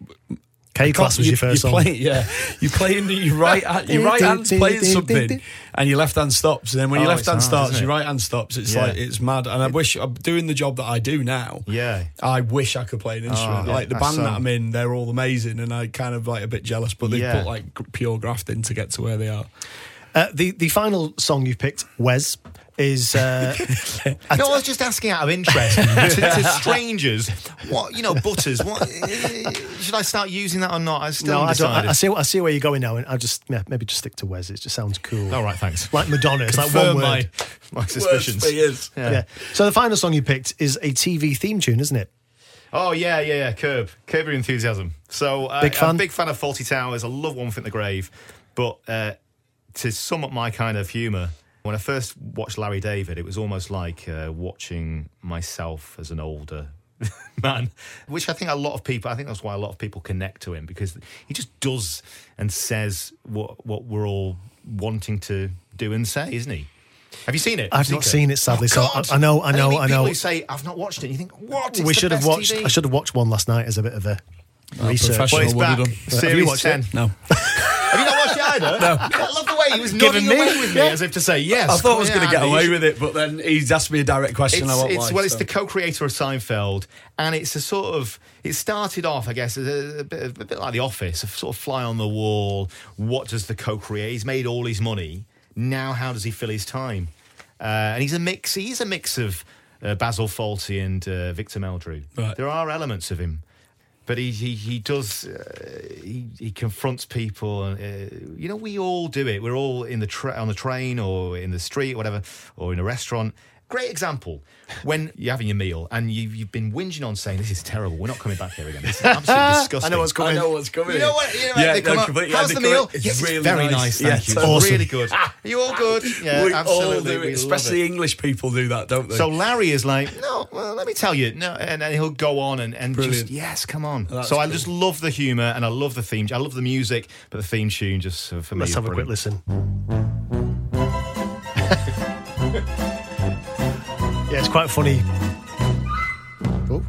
B: K class was
C: you,
B: your first
C: you
B: song.
C: play, yeah, you play in the- your right hand, your right hand's playing something, and your left hand stops. And then when your
D: Oh,
C: left
D: it's
C: hand
D: hard,
C: starts,
D: isn't it?
C: your right hand stops. It's
D: Yeah.
C: like it's mad. And I wish I'm doing the job that I do now.
D: Yeah. Oh,
C: I wish I could play an instrument.
D: yeah,
C: like the
D: that's
C: band that
D: so-
C: I'm in, they're all amazing, and I kind of like a bit jealous, but they
D: Yeah.
C: put like gr- pure graft in to get to where they are.
B: Uh, the the final song you've picked, Wes, is uh,
D: No, I was just asking out of interest to, to strangers. What you know, butters? What eh, should I start using that or not? I still
B: no. I, don't,
D: undecided.
B: I, I see I see where you're going now, and I just yeah, maybe just stick to Wes. It just sounds cool.
D: All right, thanks.
B: Like Madonna, it's like one
C: Confirm
B: word.
C: my-
D: My suspicions.
C: Worst fears.
B: yeah. So the final song you picked is a TV theme tune, isn't it?
D: Oh yeah, yeah, yeah. Curb, curb your enthusiasm. So uh,
B: Big
D: I'm
B: fan?
D: a big fan of Faulty Towers. I love One Foot in the Grave, but uh, to sum up my kind of humour, when I first watched Larry David, it was almost like uh, watching myself as an older. Man, which I think a lot of people, I think that's why a lot of people connect to him because he just does and says what what we're all wanting to do and say, isn't he? Have you seen it? Oh,
B: I've not seen it, sadly. so I,
D: God!
B: I know, I
D: And you
B: know,
D: meet
B: I
D: People
B: know.
D: who say I've not watched it. and You think what? It's
B: We
D: the
B: should have
D: best
B: watched.
D: TV."
B: I should have watched one last night as a bit of a research.
C: professional.
D: Well, it's
C: Well,
D: back.
C: well done.
D: Series
B: Have you watched
D: 10.
B: it?
C: No,
D: Have you not watched it either? No. I love the way he was nodding
B: me-
D: away with me as if to say yes.
C: I thought I was going to get away
D: it.
C: with it, but then he's asked me a direct question.
D: It's,
C: I won't
D: it's-
C: lie,
D: well, it's
C: so.
D: the co-creator of Seinfeld, and it's a sort of. It started off, I guess, as a, a, bit, a bit like The Office, a sort of fly on the wall. What does the co-creator? He's made all his money. Now, how does he fill his time? Uh, and he's a mix. He's a mix of uh, Basil Fawlty and uh, Victor Meldrew.
C: Right.
D: There are elements of him, but he he, he does he, he confronts people. and, Uh, you know, we all do it. We're all in the tra- on the train or in the street, whatever, or in a restaurant. Great example when you're having your meal and you, you've been whinging on saying this is terrible. We're not coming back here again. This is absolutely disgusting.
B: know what's
C: I
B: coming.
C: know what's coming.
D: You know what? You know,
C: Yeah,
D: they come
C: no,
D: up,
C: completely, yeah,
D: How's
C: they
D: the
C: come
D: meal?
C: up,
D: Yes,
C: It's
D: It's
C: really
D: very
C: nice.
D: nice.
C: Yeah,
D: Thank you. It's
C: totally.
D: really good. Are you all good? Yeah,
C: we
D: absolutely.
C: all do
D: we
C: it,
D: love
C: especially
D: it.
C: English people do that, don't they?
D: So Larry is like, no, well, let me tell you, no, and then he'll go on and, and
C: Brilliant.
D: just yes, come on.
C: That's
D: so I
C: cool.
D: just love the humour and I love the theme. I love the music, but the theme tune just uh, for me.
B: Let's
D: is
B: have a quick
D: brilliant.
B: listen. yeah, it's quite funny. Oh.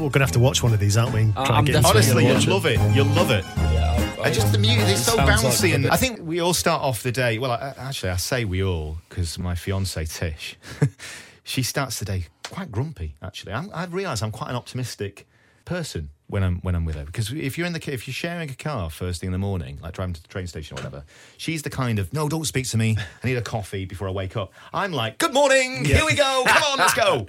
B: We're going to have to watch one of these, aren't we? and
C: I-
B: try
C: I'm
B: and get into it.
D: Honestly,
C: Yeah,
D: you'll
C: watch it.
D: love it. You'll love it.
C: yeah, I-
D: And just the music is so
C: Sounds like
D: bouncy, and
C: something.
D: I think we all start off the day. Well, I, actually, I say we all because my fiance Tish, she starts the day quite grumpy. Actually, I'm, I realise I'm quite an optimistic person when I'm when I'm with her because if you're in the ca- if you're sharing a car first thing in the morning, like driving to the train station or whatever, she's the kind of no, don't speak to me. I need a coffee before I wake up. I'm like, good morning, here we go, come on, let's go.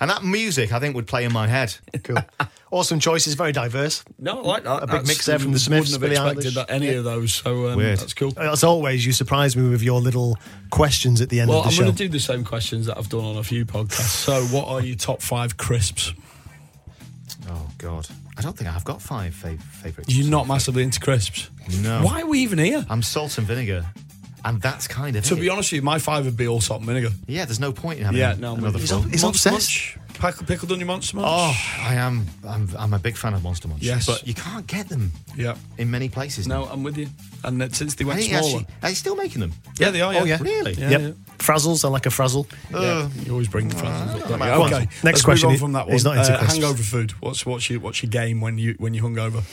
D: And that music, I think, would play in my head.
B: Cool. Awesome choices, very diverse.
C: No, I like that.
B: A big mix there from the Smiths,
C: Wouldn't
B: Billie
C: have expected
B: Eilish.
C: that, any of those. So um,
D: Weird.
C: that's cool.
B: As always, you surprise me with your little questions at the end
C: Well,
B: of the
C: I'm
B: show.
C: going to do the same questions that I've done on a few podcasts. So, what are your top five crisps?
D: Oh God, I don't think I've got five fav- favourite.
C: You're not massively into crisps.
D: No.
C: Why are we even here?
D: I'm salt and vinegar, and that's kind of
C: To
D: it.
C: be honest with you, my five would be all salt and vinegar.
D: Yeah, there's no point in having
C: Yeah, no, I'm
D: another
C: with
B: you.
D: bowl.
B: He's
C: Monster
B: obsessed.
C: Munch? Pickle, pickled onion monster munch?
D: Oh, I am. I'm, I'm a big fan of Monster Munch.
C: Yes.
D: but you can't get them
C: Yeah.
D: in many places.
C: No, I'm with you. And uh, since they
D: I
C: went
D: think
C: smaller.
D: actually, are you still making them?
C: yeah, they are.
B: Oh, yeah.
D: Really?
C: Yeah,
B: yep.
C: yeah.
B: Frazzles, I like a frazzle.
D: Uh,
C: You always bring the fries. up, don't you?
B: Go on.
C: Okay.
B: Next
C: let's
B: question.
C: Move on from that one.
B: He's not into
C: uh,
B: crisps.
C: hangover food. What's what's your what's your game when you when you're hungover?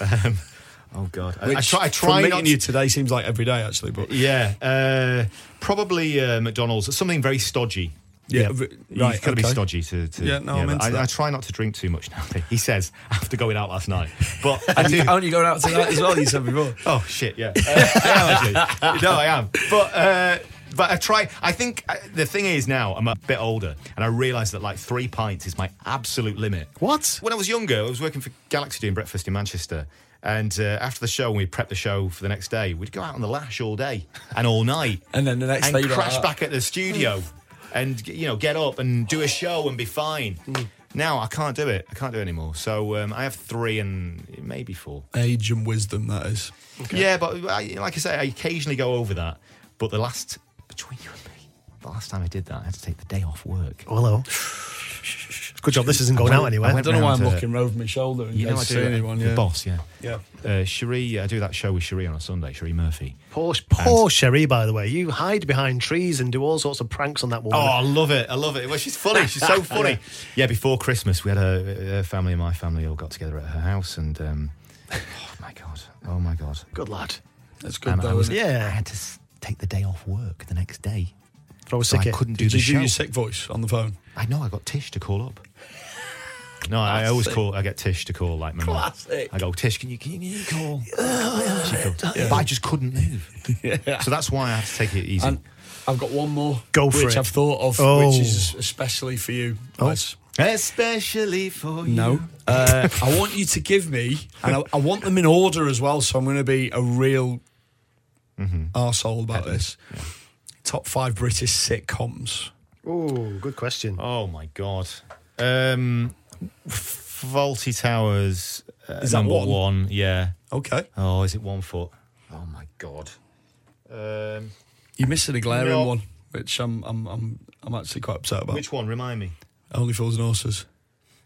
D: oh God, I, I
C: Which,
D: try. I
C: from
D: try
C: meeting
D: not.
C: you
D: To,
C: today seems like every day actually, but
D: yeah, uh, probably uh, McDonald's. Something very stodgy.
C: yeah,
D: You've got to be stodgy to. to
C: Yeah, no, I'm
D: but
C: into
D: I,
C: that.
D: I try not to drink too much now. He says after going out last night, but I
C: And
D: do.
C: you only going out tonight as well. You said before.
D: Oh shit! Yeah, uh, I am actually. No, I am. But uh, but I try. I think uh, the thing is now I'm a bit older, and I realise that like three pints is my absolute limit.
B: What?
D: When I was younger, I was working for Galaxy doing breakfast in Manchester. And uh, after the show, when we prepped the show for the next day, we'd go out on the lash all day and all night.
C: And then the next
D: and
C: day you'd be
D: crash
C: like, Mm.
D: back at the studio and, you know, get up and do a show and be fine. Now I can't do it. I can't do it anymore. So um, I have three and maybe four.
C: Age and wisdom, that is.
D: Yeah, but I, like I say, I occasionally go over that. But the last, between you and me, the last time I did that, I had to take the day off work.
B: Oh, hello. Good job. This isn't going out anywhere.
C: I
D: went
C: don't know why I'm
D: round to-
C: looking over my shoulder uh, and
D: You know, I
C: see
D: do it,
C: anyone.
D: the
C: Yeah.
D: boss, yeah.
C: Yeah.
D: Uh, Cherie, I do that show with Cherie on a Sunday, Cherie Murphy.
B: Poor, poor Sherry, by the way. You hide behind trees and do all sorts of pranks on that woman.
D: Oh, I love it. I love it. Well, she's funny. She's so funny. yeah. before Christmas, we had a, her family and my family all got together at her house. And um, oh, my God. Oh, my God.
B: Good lad.
C: That's good,
D: And I
C: though,
D: was,
C: isn't it?
B: Yeah.
D: I had to s- take the day off work the next day.
B: Throw a
D: So I
B: sickie.
D: couldn't do
C: Did
D: the
C: you
D: show.
C: do your sick voice on the phone?
D: I know. I got Tish to call up. No, I, I always call. I get Tish to call like my mum.
C: Classic.
D: I go, Tish, can you can you call? she goes, But I just couldn't move. So that's why I had to take it easy.
C: And I've got one more.
B: Go for
C: which
B: it.
C: I've thought of,
B: Oh.
C: which is especially for you.
D: Oh.
C: Wes.
D: Especially for you.
C: No. Uh, I want you to give me, and I, I want them in order as well, so I'm going to be a real
D: Mm-hmm.
C: arsehole about this. Top five British sitcoms.
B: Oh, good question.
D: Oh my god. Um, faulty Towers. Uh,
C: Is that
D: number
C: one?
D: Yeah.
C: Okay.
D: Oh, is it one foot? Oh my god. Um,
C: You're missing a glaring
D: No.
C: one, which I'm, I'm, I'm, I'm actually quite upset about.
D: which one? Remind me.
C: Only Fools and Horses.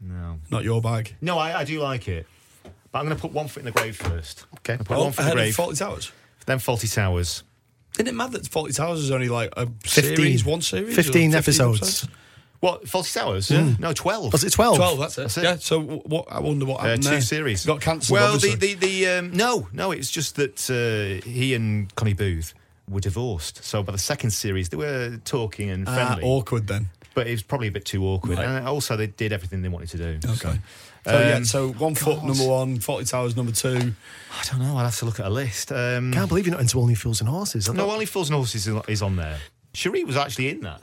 D: No.
C: Not your bag.
D: No, I, I do like it, but I'm going to put one foot in the grave first.
B: Okay.
D: I'm gonna put one foot in
C: Oh, ahead
D: the
C: of
D: grave,
C: Fawlty Towers.
D: then Faulty Towers.
C: Isn't it mad that Fawlty Towers is only like a
B: 15.
C: series, one series? or
B: 15 episodes.
D: What? Faulty Towers? No, twelve.
B: Was it 12?
C: 12, that's it.
D: Oh. That's it.
C: Yeah, so wh- what? I wonder what
D: Uh,
C: happened
D: two
C: there.
D: series
C: Got cancelled,
D: Well,
C: obviously.
D: the the, the um, no, no, it's just that uh, he and Connie Booth were divorced. So by the second series, they were talking and
C: Ah,
D: friendly,
C: awkward then.
D: but it was probably a bit too awkward. And also, they did everything they wanted to do.
C: Okay.
D: So,
C: So, yeah,
D: um,
C: so one foot
D: God.
C: number one, Forty Towers number two.
D: I don't know. I'll have to look at a list. Um,
B: Can't believe you're not into Only Fools and Horses. I
D: no,
B: thought-
D: only Fools and Horses is- is on there. Cherie was actually in that.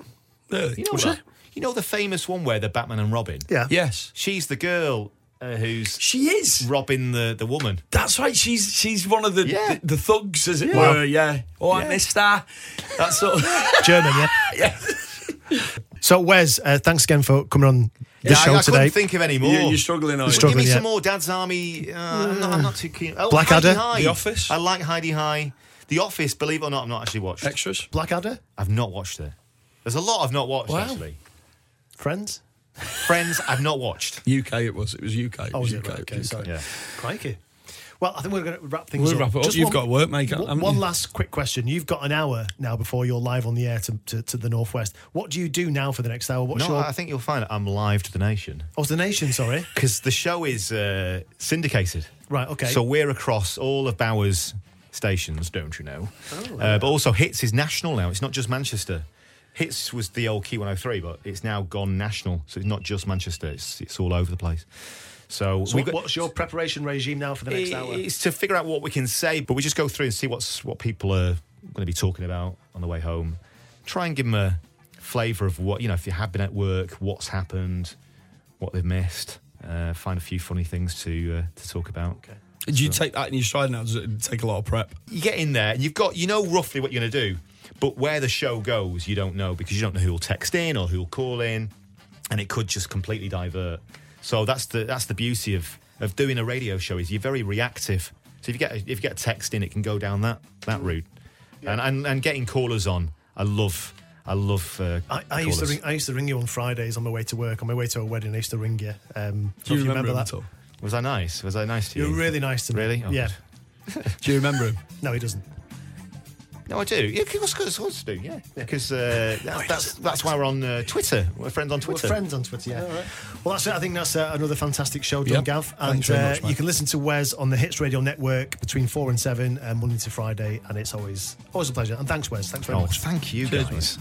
C: Really?
D: You know that? You know the famous one where the Batman and Robin.
B: yeah.
C: Yes.
D: She's the girl uh, who's
C: She is.
D: robbing the the woman.
C: That's right. She's she's one of the
D: Yeah.
C: the, the thugs, as it
B: Wow.
C: were. Yeah. Oh, I missed her. That's sort of.
B: German, yeah.
C: yeah.
B: So, Wes, uh, thanks again for coming on the
D: yeah, I-
B: show
D: I,
B: today.
D: couldn't think of any more.
C: You, you're struggling, are
B: You're
C: you?
B: struggling.
D: Give me
B: yeah.
D: some more Dad's Army. Uh, I'm, not, I'm not too keen. Oh,
B: Blackadder?
D: Heidi High.
C: The Office?
D: I like Heidi High. The Office, believe it or not, I've not actually watched.
C: Extras.
B: Blackadder?
D: I've not watched it. There's a lot I've not watched, actually.
B: Friends?
D: Friends, I've not watched.
C: UK it was. It was UK. It
B: Oh,
C: was
B: is it?
C: UK.
B: Right, okay,
C: was UK.
B: sorry.
D: Yeah.
B: Crikey. Well, I think we're going to wrap things
C: We'll
B: up.
C: wrap it up. You've got work, mate,
B: One,
C: haven't
B: one
C: you?
B: last quick question. You've got an hour now before you're live on the air to, to, to the Northwest. What do you do now for the next hour? What's
D: No,
B: your.
D: I think you'll find I'm live to the nation
B: oh, the nation, sorry.
D: because the show is uh, syndicated.
B: Right, okay.
D: So we're across all of Bauer's stations, don't you know?
B: Oh,
D: uh, but also, Hits is national now. It's not just Manchester. Hits was the old Key 103, but it's now gone national. So it's not just Manchester, it's, it's all over the place. So,
B: So
D: we've got-
B: what's your preparation regime now for the next
D: i-
B: hour?
D: It's to figure out what we can say, but we just go through and see what's what people are going to be talking about on the way home. Try and give them a flavour of what you know. If you have been at work, what's happened, what they've missed. Uh, find a few funny things to uh, to talk about.
C: Do you take that in your stride now? Does it take a lot of prep?
D: You get in there and you've got you know roughly what you're going to do, but where the show goes, you don't know because you don't know who'll text in or who'll call in, and it could just completely divert. So that's the that's the beauty of of doing a radio show is you're very reactive. So if you get if you get a text in, it can go down that that route, and, and and getting callers on. I love I love. Uh,
B: I, I used to
D: callers.
B: ring. I used to ring you on Fridays on my way to work, on my way to a wedding. I used to ring you. Um,
C: Do
B: if
C: you remember, him at all?
D: Was I nice? Was I nice to you?
B: You're really nice to me.
D: Really? Oh,
B: yeah.
D: good.
C: Do you remember him?
B: No, he doesn't.
D: No, I do. Yeah, of course, of course I do. Yeah, because uh, that-
B: Oh,
D: that's that's why we're on uh, Twitter. We're friends on
B: We're
D: Twitter.
B: friends on Twitter. Yeah. Well, that's it. I think that's uh, another fantastic show, done,
C: Yep.
B: Gav. And
C: Thanks very much,
B: uh, you
C: mate.
B: can listen to Wes on the Hits Radio Network between four and seven, uh, Monday to Friday, and it's always always a pleasure. And thanks, Wes. Thanks very
D: Oh,
B: much.
D: thank you guys.